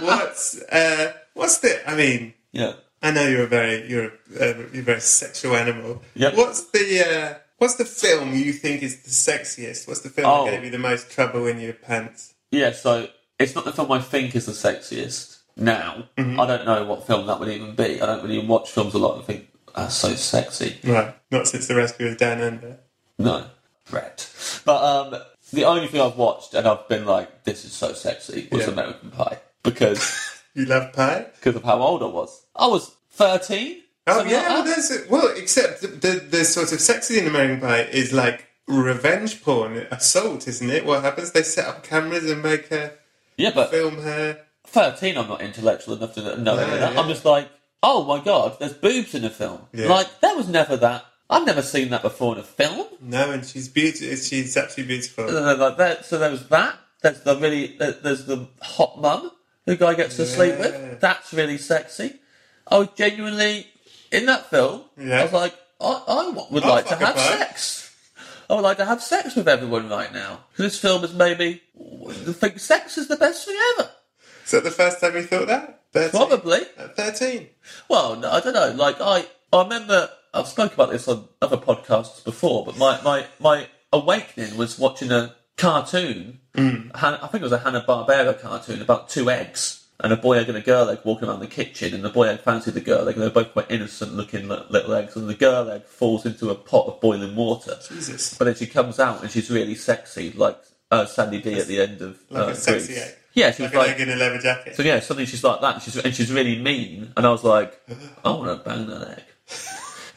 Speaker 3: what's uh, what's the? I mean,
Speaker 2: Yeah.
Speaker 3: I know you're a very you're a, uh, you're a very sexual animal.
Speaker 2: Yep.
Speaker 3: What's the uh, what's the film you think is the sexiest? What's the film
Speaker 2: Oh.
Speaker 3: that gave you the most trouble in your pants?
Speaker 2: Yeah, so it's not the film I think is the sexiest now.
Speaker 3: Mm-hmm.
Speaker 2: I don't know what film that would even be. I don't really watch films a lot and think, that's so sexy.
Speaker 3: Right, not since the rescue of Dan uh, Under.
Speaker 2: No, Brett. But um, the only thing I've watched and I've been like, this is so sexy was
Speaker 3: Yeah.
Speaker 2: American Pie. Because
Speaker 3: You love pie?
Speaker 2: because of how old I was. I was 13.
Speaker 3: Oh
Speaker 2: something
Speaker 3: yeah,
Speaker 2: like
Speaker 3: well,
Speaker 2: that.
Speaker 3: there's well, except the, the the sort of sexy in American Pie is like revenge porn assault, isn't it? What happens? They set up cameras and make her
Speaker 2: Yeah, but
Speaker 3: film her.
Speaker 2: 13, I'm not intellectual enough to know any of that.
Speaker 3: yeah.
Speaker 2: I'm just like, oh my god, there's boobs in a film.
Speaker 3: Yeah.
Speaker 2: Like, there was never that. I've never seen that before in a film.
Speaker 3: No, and she's beautiful. She's absolutely beautiful.
Speaker 2: And then, like, there, so there was that. There's the really, there- there's the hot mum the guy gets to sleep
Speaker 3: Yeah.
Speaker 2: with. That's really sexy. I was genuinely, in that film,
Speaker 3: Yeah.
Speaker 2: I was like, I, I wa- would
Speaker 3: I'll
Speaker 2: like to
Speaker 3: fuck a
Speaker 2: have
Speaker 3: bloke.
Speaker 2: sex. I would like to have sex with everyone right now. This film is maybe, I think sex is the best thing ever.
Speaker 3: Is that the first time you thought that? Uh, 13?
Speaker 2: Probably.
Speaker 3: At 13.
Speaker 2: Well, no, I don't know. Like I, I remember I've spoken about this on other podcasts before, but my my my awakening was watching a cartoon.
Speaker 3: Mm.
Speaker 2: Han- I think it was a Hanna Barbera cartoon about two eggs and a boy egg and a girl egg walking around the kitchen, and the boy egg fancied the girl egg, and they're both quite innocent looking li- little eggs, and the girl egg falls into a pot of boiling water.
Speaker 3: Jesus.
Speaker 2: But then she comes out and she's really sexy, like uh, Sandy D at the end of
Speaker 3: Like
Speaker 2: uh,
Speaker 3: a sexy
Speaker 2: Grease.
Speaker 3: egg.
Speaker 2: Yeah, she
Speaker 3: Like
Speaker 2: was
Speaker 3: an
Speaker 2: like
Speaker 3: egg in a leather jacket.
Speaker 2: so yeah, suddenly she's like that, and she's, and she's really mean, and I was like, I want to bang that egg.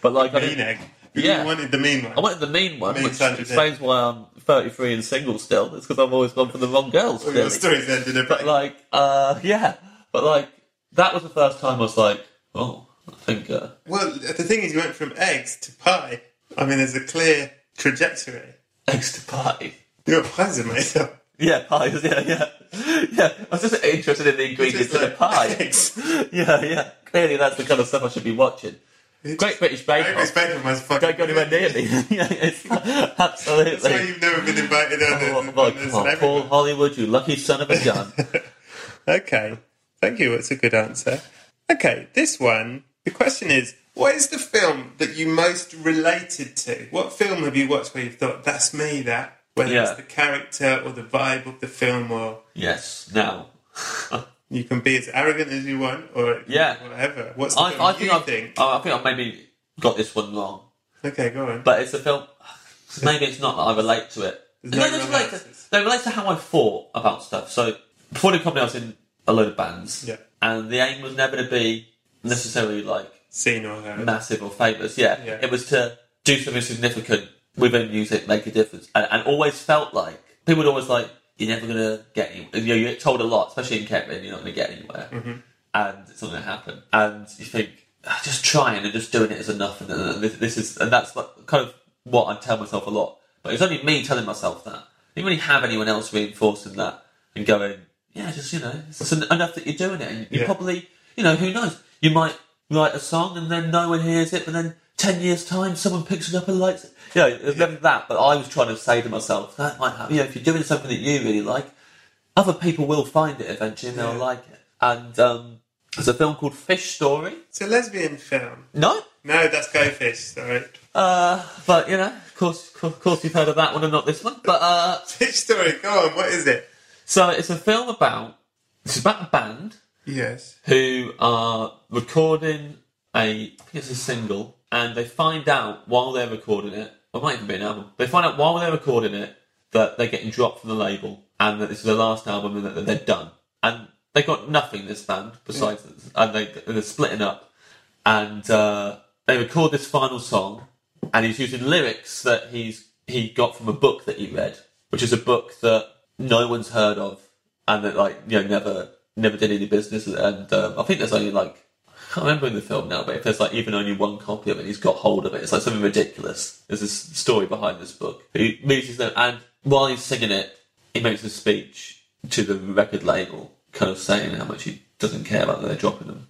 Speaker 2: But like, I
Speaker 3: mean
Speaker 2: didn't-
Speaker 3: egg. You
Speaker 2: Yeah.
Speaker 3: wanted the mean one.
Speaker 2: I wanted the mean one,
Speaker 3: Mean
Speaker 2: which
Speaker 3: Sandra Day.
Speaker 2: explains why I'm 33 and single still. It's because I've always gone for the wrong girls.
Speaker 3: All
Speaker 2: clearly.
Speaker 3: your stories ended up
Speaker 2: But like, uh, yeah, but like, that was the first time I was like, oh, I think, uh,
Speaker 3: Well, the thing is, you went from eggs to pie. I mean, there's a clear trajectory.
Speaker 2: eggs to pie.
Speaker 3: You're a pleasure, mate.
Speaker 2: Yeah, pies. Yeah, yeah, yeah. I was just interested in the ingredients in a pie.
Speaker 3: Eggs.
Speaker 2: yeah, yeah. Clearly, that's the kind of stuff I should be watching. Great British Bake
Speaker 3: Great
Speaker 2: Off.
Speaker 3: British Bake Off was fucking
Speaker 2: Don't go anywhere near me. yeah, it's, absolutely.
Speaker 3: That's why you've never been invited on
Speaker 2: Oh,
Speaker 3: the,
Speaker 2: my
Speaker 3: on the
Speaker 2: God,
Speaker 3: celebrity
Speaker 2: Paul
Speaker 3: one.
Speaker 2: Hollywood, you lucky son of a gun.
Speaker 3: Okay. Thank you. That's a good answer. Okay, this one. The question is what is the film that you most related to? What film have you watched where you've thought, that's me, that? Whether
Speaker 2: Yeah.
Speaker 3: it's the character or the vibe of the film, or
Speaker 2: yes, now.
Speaker 3: you can be as arrogant as you want, or it can be
Speaker 2: Yeah.
Speaker 3: whatever. What's the
Speaker 2: I,
Speaker 3: film
Speaker 2: I think
Speaker 3: you
Speaker 2: I've,
Speaker 3: think?
Speaker 2: oh, I think I've maybe got this one wrong.
Speaker 3: Okay, go on.
Speaker 2: But it's a film. Maybe it's not that I relate to it.
Speaker 3: There's
Speaker 2: no,
Speaker 3: no
Speaker 2: it relates to,
Speaker 3: romances.
Speaker 2: no, it relates to how I thought about stuff. So before the comedy, I was in a load of bands,
Speaker 3: Yeah.
Speaker 2: and the aim was never to be necessarily like
Speaker 3: Seen or heard.
Speaker 2: massive or famous. Yeah,
Speaker 3: Yeah.
Speaker 2: it was to do something significant within music, make a difference, and, and always felt like people would always like you're never gonna get any. You know, you get told a lot, especially in Kevin, you're not gonna get anywhere,
Speaker 3: Mm-hmm.
Speaker 2: and it's not gonna happen. And you think "Ah, just trying and just doing it is enough, and, and this, this is and that's like kind of what I tell myself a lot. But it's only me telling myself that. I didn't really have anyone else reinforcing that and going, yeah, just you know, it's en- enough that you're doing it, and you
Speaker 3: Yeah.
Speaker 2: probably, you know, who knows, you might write a song and then no one hears it, but then ten years time someone picks it up and likes it. You know, it was never that. But I was trying to say to myself that might happen. You know, if you're doing something that you really like, other people will find it eventually and they'll like it. And um, there's a film called Fish Story.
Speaker 3: It's a lesbian film.
Speaker 2: No,
Speaker 3: No, that's Go Fish, sorry.
Speaker 2: uh, but you know, of course, of course, you've heard of that one and not this one. But uh,
Speaker 3: Fish story, go on, what is it?
Speaker 2: so it's a film about it's about a band
Speaker 3: Yes.
Speaker 2: who are recording a I think it's a single, and they find out while they're recording it, or it might even be an album. They find out while they're recording it that they're getting dropped from the label, and that this is their last album, and that they're done. And they got nothing this band besides, and they they're splitting up, and uh, they record this final song, and he's using lyrics that he's he got from a book that he read, which is a book that no one's heard of, and that like you know never never did any business, and um, I think there's only like I can't remember in the film now, but if there's like even only one copy of it, he's got hold of it. It's like something ridiculous. There's this story behind this book. He meets his note, and while he's singing it, he makes a speech to the record label, kind of saying how much he doesn't care about that they're dropping them.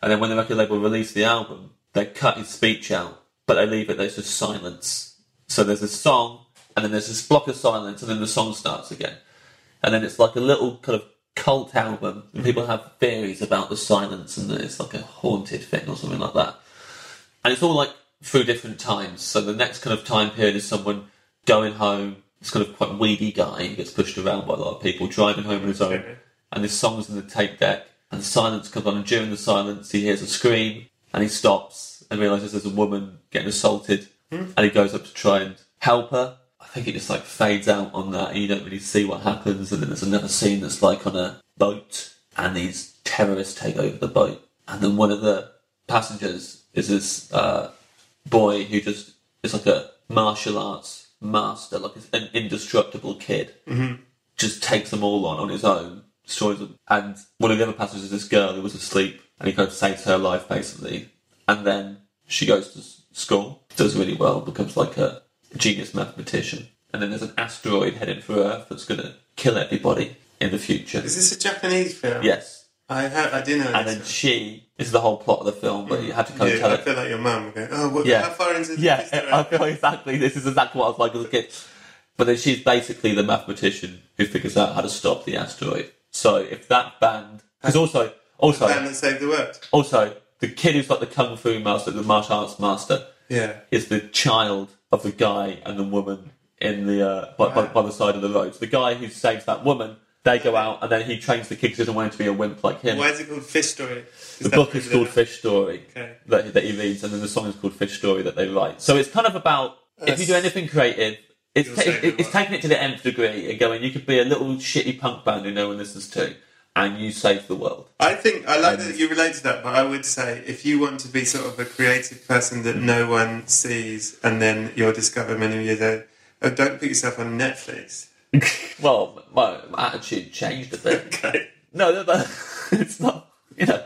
Speaker 2: And then when the record label released the album, they cut his speech out, but they leave it, there's just silence. So there's a song, and then there's this block of silence, and then the song starts again. And then it's like a little kind of cult album. and People have theories about the silence, and that it's like a haunted thing or something like that. And it's all like through different times. So the next kind of time period is someone going home, this kind of quite weedy guy who gets pushed around by a lot of people, driving home on his own. And this song's in the tape deck, and silence comes on. And during the silence, he hears a scream, and he stops and realizes there's a woman getting assaulted. And he goes up to try and help her. I think it just like fades out on that, and you don't really see what happens. And then there's another scene that's like on a boat, and these terrorists take over the boat. And then one of the passengers is this uh, boy who just is like a martial arts master, like an indestructible kid,
Speaker 3: Mm-hmm.
Speaker 2: just takes them all on on his own, destroys them. And one of the other passengers is this girl who was asleep, and he kind of saves her life basically. And then she goes to s- school, does really well, becomes like a genius mathematician. And then there's an asteroid heading for Earth that's going to kill everybody in the future.
Speaker 3: Is this a Japanese film?
Speaker 2: Yes.
Speaker 3: I heard, I do know
Speaker 2: And
Speaker 3: this
Speaker 2: then she, this is the whole plot of the film, but you have to
Speaker 3: one.
Speaker 2: kind of
Speaker 3: Yeah,
Speaker 2: tell
Speaker 3: I
Speaker 2: it
Speaker 3: feel like your mum. Okay. Oh, what,
Speaker 2: yeah.
Speaker 3: how far into the
Speaker 2: yeah, uh,
Speaker 3: Fish Story?
Speaker 2: I feel exactly. This is exactly what I was like as a kid. But then she's basically the mathematician who figures out how to stop the asteroid. So if that band, because also,
Speaker 3: Man
Speaker 2: also,
Speaker 3: that saved the world.
Speaker 2: also, the kid who's like the kung fu master, the martial arts master,
Speaker 3: Yeah.
Speaker 2: is the child of the guy and the woman in the uh, by, by, by the side of the road. So the guy who saves that woman, they go out and then he trains the kid 'cause he doesn't want him to be a wimp like him.
Speaker 3: Why is it called Fish Story? Is
Speaker 2: The
Speaker 3: that
Speaker 2: book is
Speaker 3: because
Speaker 2: called
Speaker 3: of-
Speaker 2: Fish Story
Speaker 3: Okay.
Speaker 2: that, that he reads, and then the song is called Fish Story that they write. So it's kind of about if you do anything creative, it's,
Speaker 3: You'll
Speaker 2: ta-
Speaker 3: save
Speaker 2: it-
Speaker 3: the
Speaker 2: it's
Speaker 3: world.
Speaker 2: taking it to the nth degree and going, you could be a little shitty punk band who no one listens to, and you save the world.
Speaker 3: I think I like that you relate to that, but I would say if you want to be sort of a creative person that no one sees, and then you'll discover many years later, oh, don't put yourself on Netflix.
Speaker 2: Well, my, my attitude changed a bit.
Speaker 3: Okay.
Speaker 2: No, no, no. it's not. You know,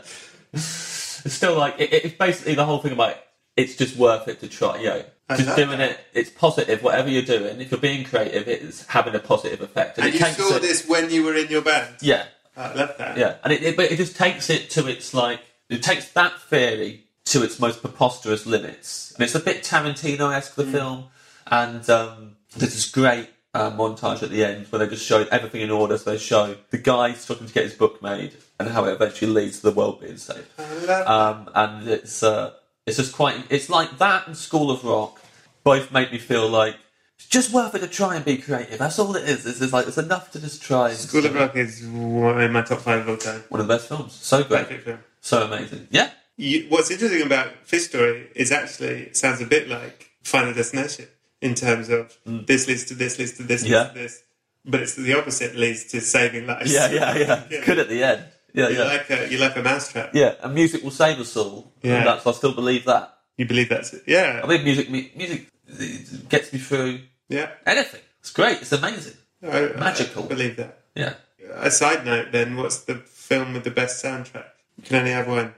Speaker 2: it's still like it, it- it's basically the whole thing about it's just worth it to try. You know,
Speaker 3: I
Speaker 2: just
Speaker 3: love
Speaker 2: doing
Speaker 3: that.
Speaker 2: it. It's positive. Whatever you're doing, if you're being creative, it's having a positive effect.
Speaker 3: And
Speaker 2: it
Speaker 3: you
Speaker 2: takes
Speaker 3: saw
Speaker 2: it-
Speaker 3: this when you were in your band.
Speaker 2: Yeah,
Speaker 3: I love that.
Speaker 2: yeah, and it, it but it just takes it to its like it takes that theory to its most preposterous limits. And it's a bit Tarantino esque,
Speaker 3: Mm.
Speaker 2: the film. And um, there's this great uh, montage at the end where they just show everything in order. So they show the guy struggling to get his book made and how it eventually leads to the world being saved. Um, and it's uh, it's just quite. It's like that and School of Rock both made me feel like it's just worth it to try and be creative. That's all it is. It's, it's like it's enough to just try. and-
Speaker 3: School of Rock is one in my top five of all time.
Speaker 2: One of the best films. So great.
Speaker 3: Perfect film.
Speaker 2: So amazing. Yeah.
Speaker 3: You, what's interesting about Fish Story is actually it sounds a bit like Final Destination in terms of this leads to this leads to this
Speaker 2: Hmm. Yeah.
Speaker 3: leads to this, but it's the opposite leads to saving lives.
Speaker 2: Yeah, yeah, yeah. It's Good at the end. Yeah,
Speaker 3: You're
Speaker 2: yeah.
Speaker 3: like a you're like a mousetrap.
Speaker 2: Yeah, and music will save us all.
Speaker 3: Yeah.
Speaker 2: And that's, I still believe that.
Speaker 3: You believe that's it. Yeah,
Speaker 2: I mean, music, mu- music it gets me through
Speaker 3: yeah.
Speaker 2: anything. It's great. It's amazing.
Speaker 3: I- I-
Speaker 2: Magical.
Speaker 3: I believe that.
Speaker 2: Yeah.
Speaker 3: A side note, then, what's the film with the best soundtrack? You can only have one.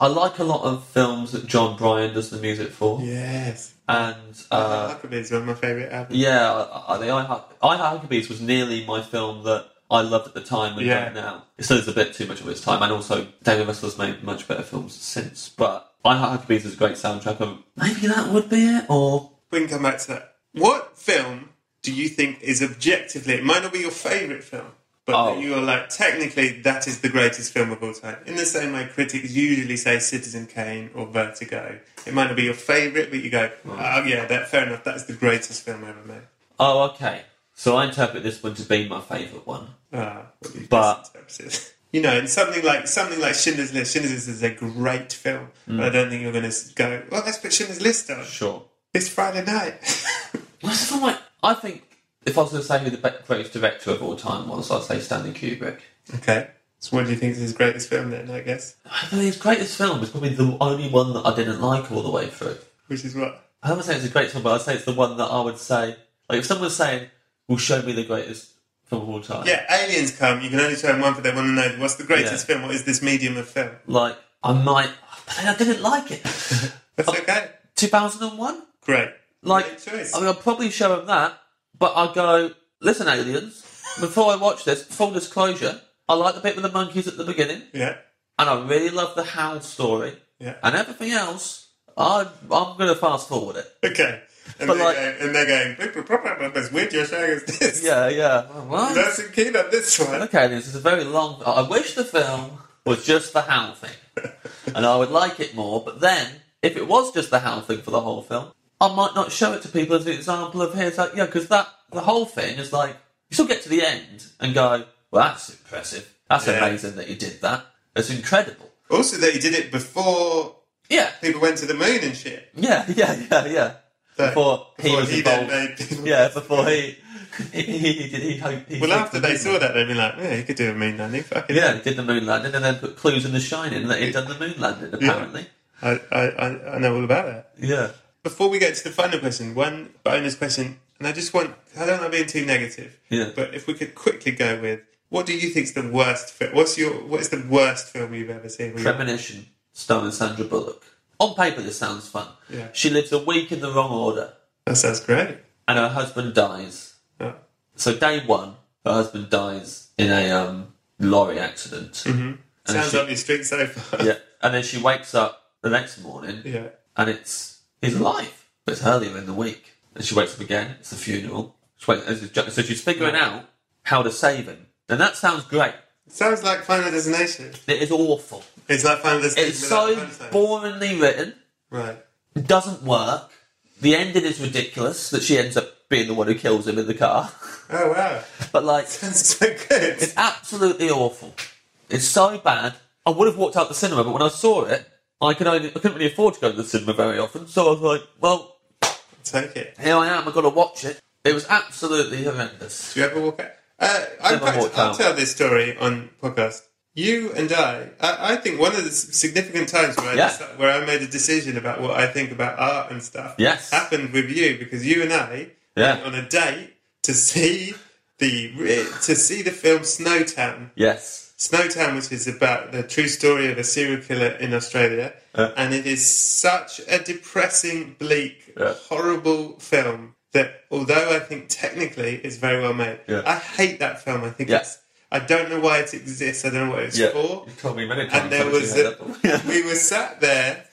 Speaker 2: I like a lot of films that John Bryan does the music for.
Speaker 3: Yes.
Speaker 2: And, uh,
Speaker 3: Huckabee is one of my favourite albums.
Speaker 2: yeah, I, I, the I, Huck- I Huckabees was nearly my film that I loved at the time and
Speaker 3: Yeah.
Speaker 2: don't now. It still is a bit too much of its time. And also, David Russell's made much better films since. But I Huckabees is a great soundtrack. And maybe that would be it, or
Speaker 3: We can come back to that. What film do you think is objectively, it might not be your favourite film, but
Speaker 2: Oh.
Speaker 3: that you are like, technically, that is the greatest film of all time? In the same way, critics usually say Citizen Kane or Vertigo. It might not be your favourite, but you go, oh, yeah, that, fair enough, that's the greatest film ever made.
Speaker 2: Oh, okay. So I interpret this one to be my favourite one.
Speaker 3: Ah, what you've
Speaker 2: But-
Speaker 3: misinterpreted. you know, and something like something like Schindler's List. Schindler's List is a great film, but I don't think you're going to go. Well, let's put Schindler's List on.
Speaker 2: Sure.
Speaker 3: It's Friday night.
Speaker 2: Well, it's not like- I think if I was going to say who the be- greatest director of all time was, I'd say Stanley Kubrick.
Speaker 3: okay. So, what do you think is his greatest film then? I guess,
Speaker 2: I think his greatest film is probably the only one that I didn't like all the way through.
Speaker 3: which is what.
Speaker 2: I would say it's a great film, but I'd say it's the one that I would say, like, if someone's saying, "Will show me the greatest film of all time,"
Speaker 3: Yeah, aliens come. You can only show them one, but they want to know what's the greatest
Speaker 2: Yeah.
Speaker 3: film. What is this medium of film?
Speaker 2: like I might, but then I didn't like it. Oh.
Speaker 3: That's okay.
Speaker 2: Two thousand and one.
Speaker 3: Great.
Speaker 2: Like,
Speaker 3: Great choice.
Speaker 2: I mean, I'll probably show him that, but I'll go, listen, aliens, before I watch this, full disclosure, I like the bit with the monkeys at the beginning,
Speaker 3: yeah,
Speaker 2: and I really love the Howl story,
Speaker 3: yeah.
Speaker 2: and everything else, I, I'm going to fast forward it.
Speaker 3: Okay. And,
Speaker 2: But
Speaker 3: they're
Speaker 2: like-
Speaker 3: going, and they're going, "Blah, blah, blah, blah, blah, that's weird you're showing us this.
Speaker 2: Yeah, yeah. What?
Speaker 3: That's keen on this one.
Speaker 2: Okay, aliens, it's a very long. I wish the film was just the Howl thing, and I would like it more, but then, if it was just the Howl thing for the whole film, I might not show it to people as an example of here's like, yeah, because that the whole thing is like you still get to the end and go, well, that's impressive. That's
Speaker 3: Yeah.
Speaker 2: amazing that you did that. That's incredible.
Speaker 3: Also, that he did it before
Speaker 2: Yeah,
Speaker 3: people went to the moon and shit.
Speaker 2: yeah, yeah, yeah, yeah.
Speaker 3: So,
Speaker 2: Before, he
Speaker 3: before eh?
Speaker 2: was
Speaker 3: then
Speaker 2: involved.
Speaker 3: made people-
Speaker 2: yeah, before he he he, he did he, hoped- he
Speaker 3: Well,
Speaker 2: hoped
Speaker 3: after
Speaker 2: the
Speaker 3: they
Speaker 2: moon
Speaker 3: saw that, they'd be like, yeah, he could do a moon landing. Fucking
Speaker 2: Yeah, he did the moon landing and then put clues in the shining that he'd done the moon landing, apparently.
Speaker 3: I, I, I- I know all about that.
Speaker 2: Yeah.
Speaker 3: Before we get to the final question, one bonus question, and I just want, I don't like being too negative,
Speaker 2: Yeah.
Speaker 3: but if we could quickly go with, what do you think's the worst film? What's your, what's the worst film you've ever seen? Where you-
Speaker 2: Premonition, starring Sandra Bullock. On paper, this sounds fun.
Speaker 3: Yeah.
Speaker 2: She lives a week in the wrong order
Speaker 3: That sounds great.
Speaker 2: and her husband dies.
Speaker 3: Oh,
Speaker 2: So, day one, her husband dies in a um, lorry accident. Mm-hmm. And
Speaker 3: sounds
Speaker 2: she-
Speaker 3: up your street so far.
Speaker 2: Yeah. And then she wakes up the next morning
Speaker 3: Yeah.
Speaker 2: and it's he's alive, but it's earlier in the week. And she wakes up again. It's the funeral. She wakes, it's a ju- so she's figuring out how to save him, and that sounds great.
Speaker 3: Sounds like Final Destination.
Speaker 2: It is awful.
Speaker 3: It's like Final Destination.
Speaker 2: It's
Speaker 3: without
Speaker 2: so
Speaker 3: the punchline.
Speaker 2: boringly written.
Speaker 3: Right.
Speaker 2: It doesn't work. The ending is ridiculous. That she ends up being the one who kills him in the car.
Speaker 3: Oh, wow.
Speaker 2: But like,
Speaker 3: That's so good.
Speaker 2: it's absolutely awful. It's so bad. I would have walked out the cinema, but when I saw it, I could only I couldn't really afford to go to the cinema very often. So I was like, well,
Speaker 3: Take it.
Speaker 2: here I am. I've got to watch it. It was absolutely horrendous.
Speaker 3: Do you ever walk out? Uh, I'm
Speaker 2: Never
Speaker 3: quite-
Speaker 2: walked
Speaker 3: I'll
Speaker 2: out.
Speaker 3: tell this story on podcast. You and I, I, I think one of the s- significant times where I,
Speaker 2: Yeah.
Speaker 3: deci- where I made a decision about what I think about art and stuff
Speaker 2: Yes.
Speaker 3: happened with you because you and I
Speaker 2: Yeah.
Speaker 3: went on a date to see the re- to see the film Snowtown.
Speaker 2: Yes.
Speaker 3: Snowtown, which is about the true story of a serial killer in Australia, and it is such a depressing, bleak,
Speaker 2: Yeah.
Speaker 3: horrible film that, although I think technically it's very well made,
Speaker 2: Yeah.
Speaker 3: I hate that film. I think
Speaker 2: Yeah.
Speaker 3: it's, I don't know why it exists. I don't know what it's
Speaker 2: Yeah.
Speaker 3: for.
Speaker 2: You told me many times.
Speaker 3: And there
Speaker 2: haven't you,
Speaker 3: was,
Speaker 2: Heather?
Speaker 3: a, we were sat there.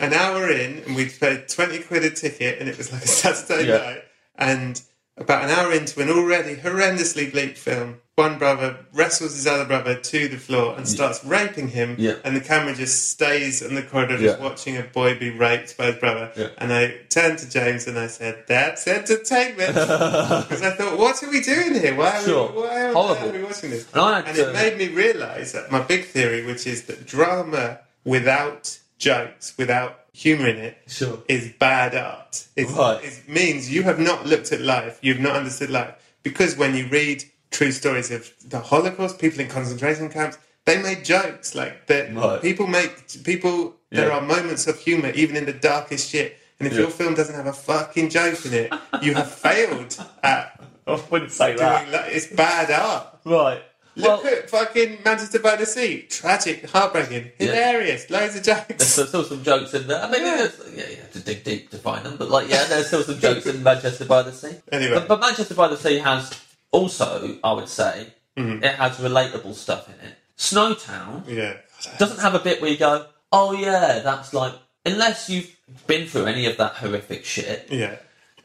Speaker 3: an hour in, and we'd paid twenty quid a ticket, and it was like a Saturday
Speaker 2: Yeah.
Speaker 3: night. And about an hour into an already horrendously bleak film, one brother wrestles his other brother to the floor and starts raping him,
Speaker 2: Yeah.
Speaker 3: and the camera just stays in the corridor, just
Speaker 2: Yeah.
Speaker 3: watching a boy be raped by his brother.
Speaker 2: Yeah.
Speaker 3: And I turned to James and I said, "That's entertainment." Because I thought, what are we doing here? Why are,
Speaker 2: Sure.
Speaker 3: we, why on
Speaker 2: Horrible.
Speaker 3: earth are we watching this?
Speaker 2: And I had
Speaker 3: and
Speaker 2: to-
Speaker 3: it made me realise that my big theory, which is that drama without jokes, without humour in it, is
Speaker 2: Sure.
Speaker 3: bad art. It's,
Speaker 2: Right.
Speaker 3: It means you have not looked at life, you've not understood life. Because when you read true stories of the Holocaust, people in concentration camps, they made jokes. Like the,
Speaker 2: Right.
Speaker 3: people make people. There
Speaker 2: Yeah.
Speaker 3: are moments of humour even in the darkest shit. And if
Speaker 2: Yeah.
Speaker 3: your film doesn't have a fucking joke in it, you have failed at
Speaker 2: I wouldn't say
Speaker 3: doing
Speaker 2: that.
Speaker 3: like it's bad art.
Speaker 2: Right.
Speaker 3: Look
Speaker 2: Well,
Speaker 3: at fucking Manchester by the Sea. Tragic, heartbreaking, hilarious, loads of
Speaker 2: there's
Speaker 3: jokes.
Speaker 2: still, still some jokes in there. I mean,
Speaker 3: Yeah.
Speaker 2: there's- yeah, you have to dig deep to find them, but like, yeah, there's still some jokes in Manchester by the Sea.
Speaker 3: Anyway.
Speaker 2: but, but Manchester by the Sea has also, I would say, it has relatable stuff in it. Snowtown
Speaker 3: Mm-hmm. Yeah.
Speaker 2: doesn't have a bit where you go, oh yeah, that's like, unless you've been through any of that horrific shit,
Speaker 3: Yeah.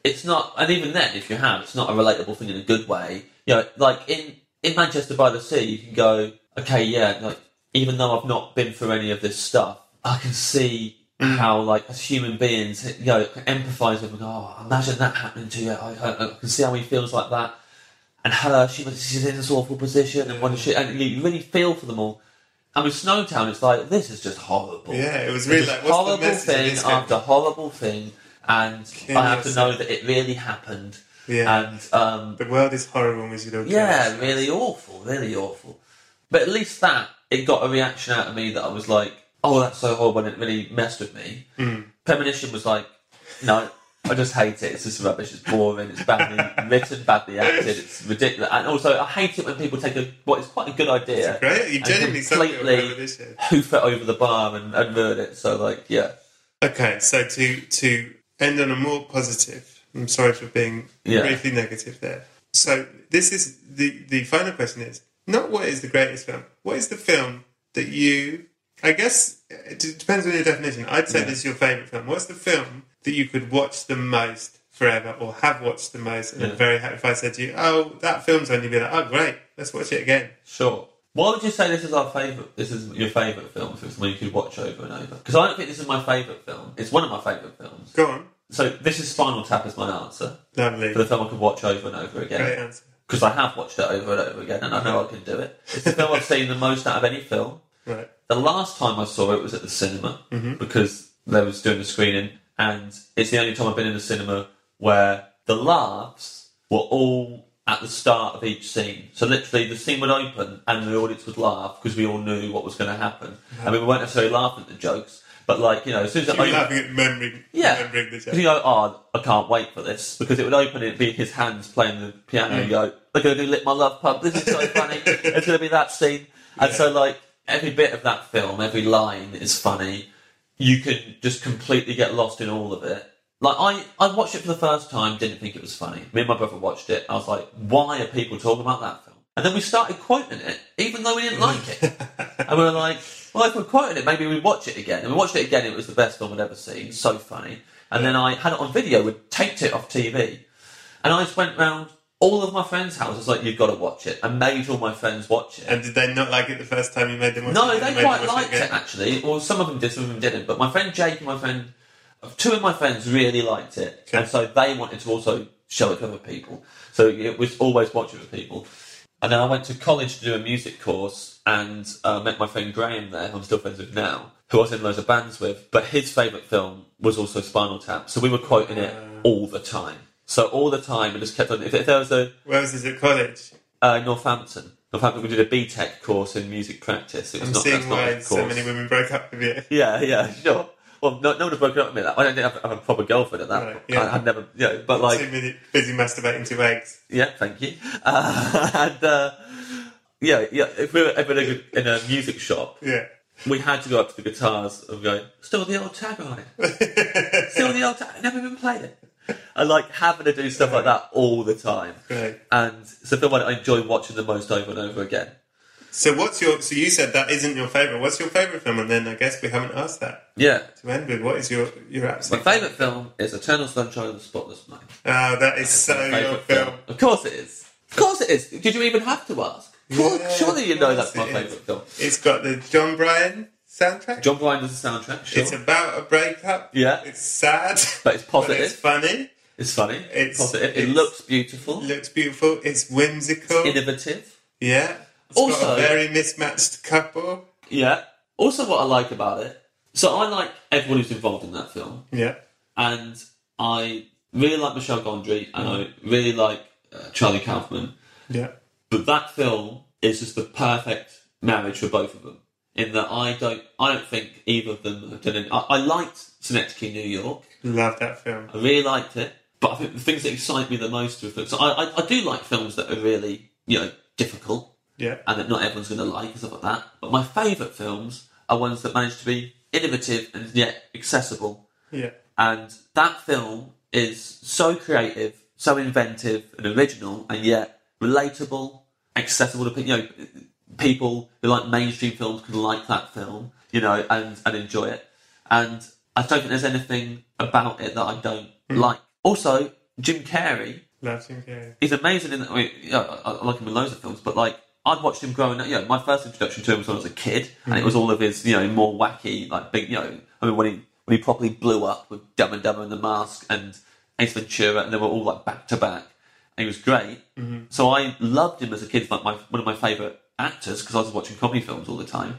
Speaker 2: it's not, and even then, if you have, it's not a relatable thing in a good way. You know, like in in Manchester by the Sea, you can go, okay, yeah, like even though I've not been through any of this stuff, I can see how, like, as human beings, you know, can empathise with. them. Oh, imagine that happening to you. I, I, I can see how he feels like that. And her, she was she's in this awful position, and when she, and you really feel for them all. And with Snowtown, it's like this is just horrible.
Speaker 3: Yeah, it was
Speaker 2: It's
Speaker 3: really like,
Speaker 2: just
Speaker 3: what's the
Speaker 2: horrible
Speaker 3: message of
Speaker 2: thing
Speaker 3: this film?
Speaker 2: after horrible thing, and I have to
Speaker 3: yourself.
Speaker 2: know that it really happened.
Speaker 3: Yeah.
Speaker 2: And um,
Speaker 3: The world is horrible and we should all kill
Speaker 2: yeah,
Speaker 3: ourselves.
Speaker 2: really awful, really awful. But at least that it got a reaction out of me that I was like, oh, that's so horrible, and it really messed with me.
Speaker 3: Mm.
Speaker 2: Premonition was like, no. I just hate it. It's just rubbish. It's boring. It's badly written, badly acted. It's ridiculous. And also, I hate it when people take a what is quite a good idea
Speaker 3: Great. You genuinely
Speaker 2: and
Speaker 3: some people remember
Speaker 2: completely
Speaker 3: this shit.
Speaker 2: hoof it over the bar and, and ruin it. So, like, yeah,
Speaker 3: Okay, so to to end on a more positive, I'm sorry for being
Speaker 2: Yeah.
Speaker 3: briefly negative there. So this is the the final question is not what is the greatest film. What is the film that you? I guess it d- depends on your definition. I'd say this is your favorite film. What's the film that you could watch the most forever, or have watched the most, and I'm very happy if I said to you, "Oh, that film's on," you'd be like, "Oh, great, let's watch it again."
Speaker 2: Sure. Why would you say this is our favourite? This is your favourite film. If it's one you could watch over and over, because I don't think this is my favourite film. It's one of my favourite films.
Speaker 3: Go on,
Speaker 2: So this is Spinal Tap is my answer
Speaker 3: lovely,
Speaker 2: for the film I could watch over and over
Speaker 3: great
Speaker 2: again.
Speaker 3: answer.
Speaker 2: Because I have watched it over and over again, and I know I can do it. It's the film I've seen the most out of any film.
Speaker 3: Right,
Speaker 2: The last time I saw it was at the cinema because they was doing a screening, and it's the only time I've been in a cinema where the laughs were all at the start of each scene. So literally, the scene would open and the audience would laugh because we all knew what was going to happen. I mean, we weren't necessarily laughing at the jokes, but like you know, as soon as it
Speaker 3: you're
Speaker 2: opened,
Speaker 3: laughing at remembering,
Speaker 2: yeah.
Speaker 3: remembering the joke.
Speaker 2: Because you go, oh, I can't wait for this. Because it would open, it'd be his hands playing the piano. You go, they're going to do Lit My Love Pub. This is so funny. it's going to be that scene. And so, like, every bit of that film, every line is funny. You can just completely get lost in all of it. Like, I, I watched it for the first time, didn't think it was funny. Me and my brother watched it. I was like, why are people talking about that film? And then we started quoting it, even though we didn't like it. And we were like, well, if we're quoting it, maybe we'd watch it again. And we watched it again, it was the best film I'd ever seen. So funny. And then I had it on video, we taped it off TV. And I just went round all of my friends' houses, like, you've got to watch it. And made all my friends watch it.
Speaker 3: And did they not like it the first time you made them watch it?
Speaker 2: No,
Speaker 3: You made
Speaker 2: they
Speaker 3: them
Speaker 2: quite
Speaker 3: watch
Speaker 2: liked
Speaker 3: again?
Speaker 2: it actually. Well, some of them did, some of them didn't. But my friend Jake and my friend, two of my friends really liked it,
Speaker 3: Okay.
Speaker 2: and so they wanted to also show it to other people. So it was always watching with people. And then I went to college to do a music course and uh, met my friend Graham there, who I'm still friends with now, who I was in loads of bands with. But his favourite film was also Spinal Tap, so we were quoting it
Speaker 3: Uh.
Speaker 2: all the time. So all the time, it just kept on. If, if there was a
Speaker 3: Where was this at college?
Speaker 2: uh, Northampton. Northampton. We did a B Tech course in music practice. It was
Speaker 3: I'm
Speaker 2: not, that's
Speaker 3: seeing
Speaker 2: not a
Speaker 3: why
Speaker 2: course.
Speaker 3: so many women broke up with you.
Speaker 2: Yeah, yeah, sure. Well, no, no one had broken up with me. That I didn't have, have a proper girlfriend at that.
Speaker 3: Right,
Speaker 2: point.
Speaker 3: yeah.
Speaker 2: I, I'd never, you know, but
Speaker 3: Too
Speaker 2: like,
Speaker 3: many busy masturbating to eggs.
Speaker 2: yeah, thank you. Uh, and uh, yeah, yeah. If we were ever in a, in a music shop,
Speaker 3: Yeah.
Speaker 2: we had to go up to the guitars and go, still the old tagline. still the old tagline. Never been played it. I like having to do stuff like that all the time.
Speaker 3: Right.
Speaker 2: And it's a film I I enjoy watching the most over and over again.
Speaker 3: So what's your? So you said that isn't your favorite. What's your favorite film? And then I guess we haven't asked that
Speaker 2: Yeah.
Speaker 3: to end with. What is your your
Speaker 2: My
Speaker 3: absolute?
Speaker 2: favourite film is Eternal Sunshine of the Spotless Mind.
Speaker 3: Ah, that is so
Speaker 2: My
Speaker 3: your
Speaker 2: favourite
Speaker 3: film.
Speaker 2: Of course it is. Of course it is. Did you even have to ask?
Speaker 3: Yeah,
Speaker 2: Surely you know
Speaker 3: of
Speaker 2: that's my
Speaker 3: course it
Speaker 2: favourite
Speaker 3: is.
Speaker 2: film.
Speaker 3: It's got the John Bryan soundtrack.
Speaker 2: John Bryan does the soundtrack, sure.
Speaker 3: It's about a breakup.
Speaker 2: Yeah.
Speaker 3: It's sad,
Speaker 2: But it's positive.
Speaker 3: it's funny.
Speaker 2: It's funny.
Speaker 3: It's-
Speaker 2: positive. it
Speaker 3: it's-
Speaker 2: looks beautiful.
Speaker 3: Looks beautiful. It's whimsical.
Speaker 2: innovative.
Speaker 3: yeah. It's
Speaker 2: Also-
Speaker 3: got a very mismatched couple.
Speaker 2: Yeah. Also, what I like about it, so I like everyone who's involved in that film,
Speaker 3: Yeah.
Speaker 2: and I really like Michelle Gondry, and I really like uh, Charlie Kaufman.
Speaker 3: Yeah.
Speaker 2: But that film is just the perfect marriage for both of them. In that I don't, I don't think either of them have done. Any, I, I liked Synecdoche, New York.
Speaker 3: Love that film.
Speaker 2: I really liked it. But I think the things that excite me the most with films, so I, I, I do like films that are really, you know, difficult
Speaker 3: Yeah.
Speaker 2: and that not everyone's going to like and stuff like that. But my favourite films are ones that manage to be innovative and yet accessible.
Speaker 3: Yeah.
Speaker 2: And that film is so creative, so inventive and original, and yet relatable, accessible to pe- you know people who like mainstream films can like that film, you know, and and enjoy it. And I don't think there's anything about it that I don't like. Also, Jim Carrey
Speaker 3: Love Jim Carrey.
Speaker 2: he's amazing in that. I, mean, yeah, I, I like him in loads of films, but like I'd watched him growing up. You know, my first introduction to him was when I was a kid, and it was all of his you know more wacky, like big. You know, I mean when he when he properly blew up with Dumb and Dumber and The Mask and Ace Ventura, and they were all like back to back. And he was great. So I loved him as a kid. He's, Like my one of my favorite actors because I was watching comedy films all the time.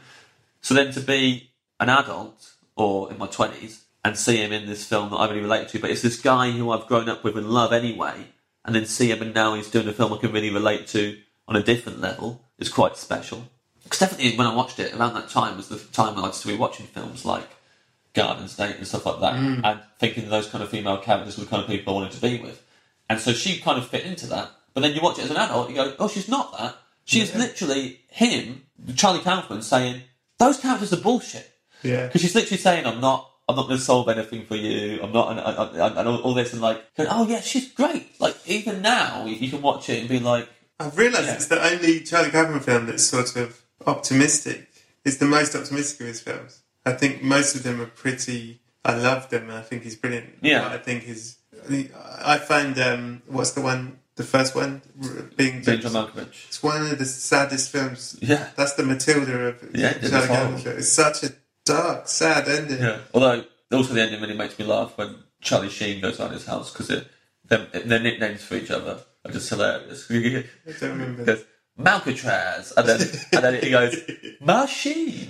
Speaker 2: So then to be an adult or in my twenties and see him in this film that I really relate to, but it's this guy who I've grown up with and love anyway, and then see him and now he's doing a film I can really relate to on a different level is quite special. Because definitely when I watched it around that time was the time when I'd still be watching films like Garden State and stuff like that, and thinking those kind of female characters were the kind of people I wanted to be with. And so she kind of fit into that. But then you watch it as an adult, you go, oh, she's not that. She's literally him, Charlie Kaufman, saying, those characters are bullshit.
Speaker 3: Yeah.
Speaker 2: Because she's literally saying, "I'm not, I'm not going to solve anything for you. I'm not," and, and, and- and all, all this, and like, going, "Oh yeah, she's great." Like even now, you, you can watch it and be like,
Speaker 3: I've realised it's the only Charlie Kaufman film that's sort of optimistic. It's the most optimistic of his films. I think most of them are pretty. I love them, and I think he's brilliant.
Speaker 2: Yeah.
Speaker 3: But I think his. I think- I find um, what's the one, the first one, R- being
Speaker 2: "Being John Malkovich."
Speaker 3: It's one of the saddest films.
Speaker 2: Yeah.
Speaker 3: That's the Matilda of
Speaker 2: Yeah, it's
Speaker 3: Charlie Kaufman.
Speaker 2: horrible.
Speaker 3: film. It's such a dark, sad ending.
Speaker 2: Although also the ending really makes me laugh when Charlie Sheen goes around his house because their, their nicknames for each other are just hilarious. He
Speaker 3: I don't remember.
Speaker 2: goes, Malcatraz, and then and then he goes, Machine.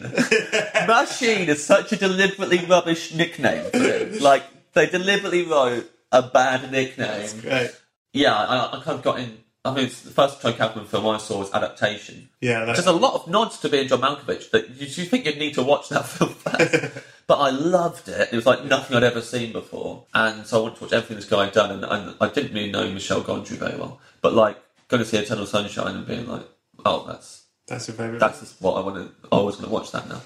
Speaker 2: Machine is such a deliberately rubbish nickname. For it. Like they deliberately wrote a bad nickname.
Speaker 3: Right.
Speaker 2: Yeah, I, I kind of got in. I mean, it's the first Joe Kaufman film I saw was Adaptation.
Speaker 3: Yeah, that's
Speaker 2: There's a lot of nods to being John Malkovich that you, you think you'd need to watch that film first. but I loved it. It was like nothing I'd ever seen before. And so I wanted to watch everything this guy had done. And, and I didn't really know Michelle Gondry very well. But like going to see Eternal Sunshine and being like, oh, that's
Speaker 3: that's your favourite.
Speaker 2: that's just what I want to. I was going to watch that now.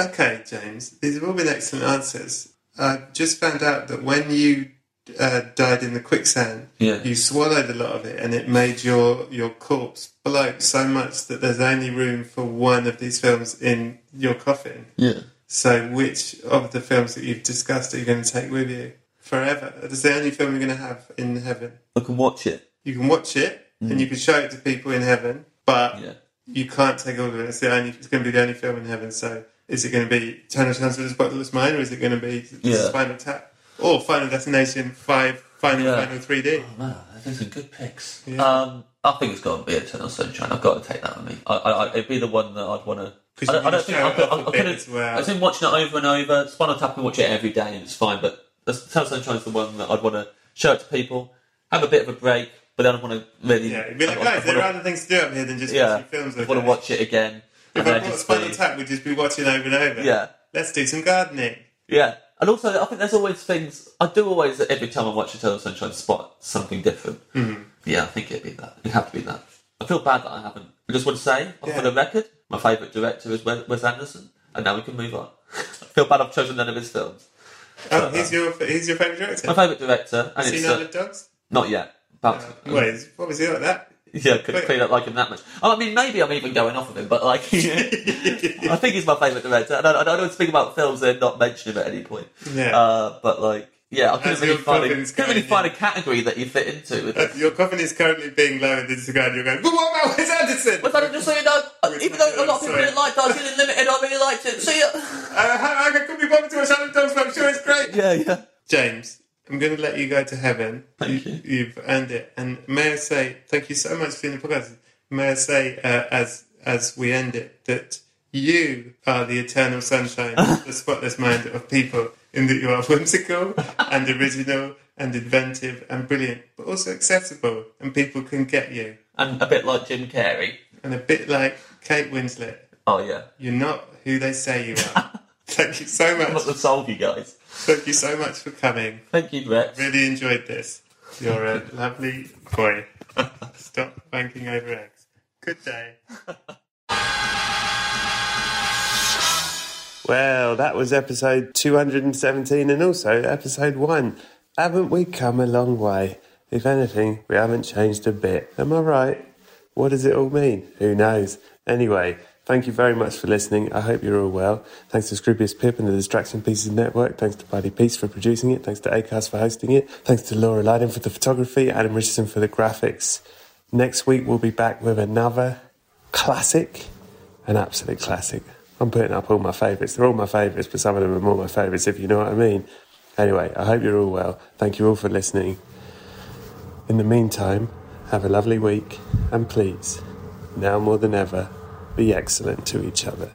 Speaker 3: Okay, James, these have all been excellent answers. I just found out that when you uh, died in the quicksand,
Speaker 2: Yeah.
Speaker 3: you swallowed a lot of it, and it made your your corpse bloat so much that there's only room for one of these films in your coffin.
Speaker 2: Yeah.
Speaker 3: So, which of the films that you've discussed are you going to take with you forever? That's the only film you're going to have in heaven.
Speaker 2: I can watch it.
Speaker 3: You can watch it and you can show it to people in heaven, but
Speaker 2: Mm. Yeah.
Speaker 3: you can't take all of it. It's the only. It's going to be the only film in heaven. So is it going to be Eternal Chance of the Spotless Mind, or is it going to be
Speaker 2: Yeah.
Speaker 3: Final Tap, or Final Destination Five, Final
Speaker 2: Yeah.
Speaker 3: Final Three D?
Speaker 2: Oh, Wow, those are good picks. Um, I think it's got to be Eternal Sunshine. I've got to take that with me. I, I, I- it'd be the one that I'd want to.
Speaker 3: 'Cause
Speaker 2: I
Speaker 3: you
Speaker 2: don't, I don't
Speaker 3: can
Speaker 2: think
Speaker 3: show
Speaker 2: I
Speaker 3: it
Speaker 2: could.
Speaker 3: off
Speaker 2: I,
Speaker 3: a
Speaker 2: I
Speaker 3: bit
Speaker 2: could
Speaker 3: as well.
Speaker 2: I've been watching it over and over. Spinal Tap, I can watch it every day and it's fine. But that's- Eternal Sunshine's the one that I'd want to show it to people, have a bit of a break, but then I want to really.
Speaker 3: Yeah, it'd be like,
Speaker 2: I, I,
Speaker 3: guys, there are other things to do up here than just watching films.
Speaker 2: I
Speaker 3: all
Speaker 2: want
Speaker 3: day."
Speaker 2: to watch it again.
Speaker 3: If
Speaker 2: and
Speaker 3: I
Speaker 2: then
Speaker 3: bought
Speaker 2: just
Speaker 3: Spinal
Speaker 2: be-
Speaker 3: Tap, we'd just be watching over and over.
Speaker 2: Yeah.
Speaker 3: Let's do some gardening.
Speaker 2: Yeah, and also I think there's always things I do always every time I watch Eternal Sunshine spot something different. Mm. Yeah, I think it'd be that. It'd have to be that. I feel bad that I haven't. I just want to say, for the record, my favourite director is Wes Wes Anderson, and now we can move on. I feel bad I've chosen none of his films. Uh-huh.
Speaker 3: Oh, here's your here's your favorite director.
Speaker 2: My favourite director, and
Speaker 3: Seen
Speaker 2: it's
Speaker 3: Isle
Speaker 2: uh,
Speaker 3: of Dogs?
Speaker 2: not yet. But
Speaker 3: Wait, what was he like that?
Speaker 2: Yeah, could clean up liking that much. I mean, maybe I'm even going off of him, but like, I think he's my favourite director. And I, I don't speak about films and not mention him at any point.
Speaker 3: Yeah.
Speaker 2: Uh, but like, yeah, I couldn't
Speaker 3: As
Speaker 2: really,
Speaker 3: your
Speaker 2: find a,
Speaker 3: Colin's
Speaker 2: couldn't really
Speaker 3: going,
Speaker 2: find a category that you fit into. With
Speaker 3: Uh,
Speaker 2: this.
Speaker 3: Your coffin is currently being lowered into the ground. You're going, but what about Wes Anderson?
Speaker 2: But I just so you know,
Speaker 3: With
Speaker 2: even though a lot of people
Speaker 3: Sorry.
Speaker 2: didn't like Dark Union Limited, I really liked it. See ya.
Speaker 3: Uh, how- I could be bothered to watch Alan Dogs, but I'm sure it's great.
Speaker 2: Yeah, yeah.
Speaker 3: James, I'm going to let you go to heaven.
Speaker 2: Thank
Speaker 3: you, have earned it. And may I say, thank you so much for doing the podcast. May I say, uh, as as we end it, that you are the eternal sunshine, the spotless mind of people, in that you are whimsical and original and inventive and brilliant, but also accessible, and people can get you.
Speaker 2: And a bit like Jim Carrey.
Speaker 3: And a bit like Kate Winslet,
Speaker 2: Oh yeah,
Speaker 3: you're not who they say you are. thank you so
Speaker 2: I'm
Speaker 3: much.
Speaker 2: not the solve you guys.
Speaker 3: Thank you so much for coming
Speaker 2: Thank you, Rex.
Speaker 3: really enjoyed this. You're a lovely boy. Stop banking over eggs. Good day.
Speaker 1: Well, that was episode 217 and also episode 1. Haven't we come a long way? If anything, we haven't changed a bit. Am I right? What does it all mean? Who knows? Anyway, thank you very much for listening. I hope you're all well. Thanks to Scroobius Pip and the Distraction Pieces Network. Thanks to Buddy Peace for producing it. Thanks to ACAST for hosting it. Thanks to Laura Lydon for the photography, Adam Richardson for the graphics. Next week, we'll be back with another classic an absolute classic. I'm putting up all my favourites. They're all my favourites, but some of them are more my favourites, if you know what I mean. Anyway, I hope you're all well. Thank you all for listening. In the meantime, have a lovely week, and please, now more than ever, be excellent to each other.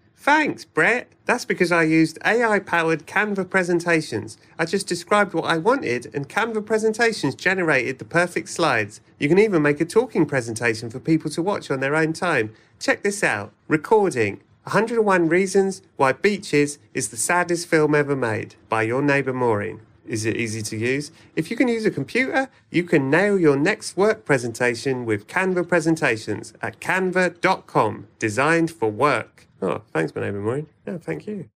Speaker 1: Thanks, Brett. That's because I used AI powered Canva presentations. I just described what I wanted, and Canva presentations generated the perfect slides. You can even make a talking presentation for people to watch on their own time. Check this out Recording 101 Reasons Why Beaches is the Saddest Film Ever Made by your neighbour Maureen. Is it easy to use? If you can use a computer, you can nail your next work presentation with Canva presentations at canva.com, designed for work. Oh, thanks, my neighbour Maureen. Yeah, thank you.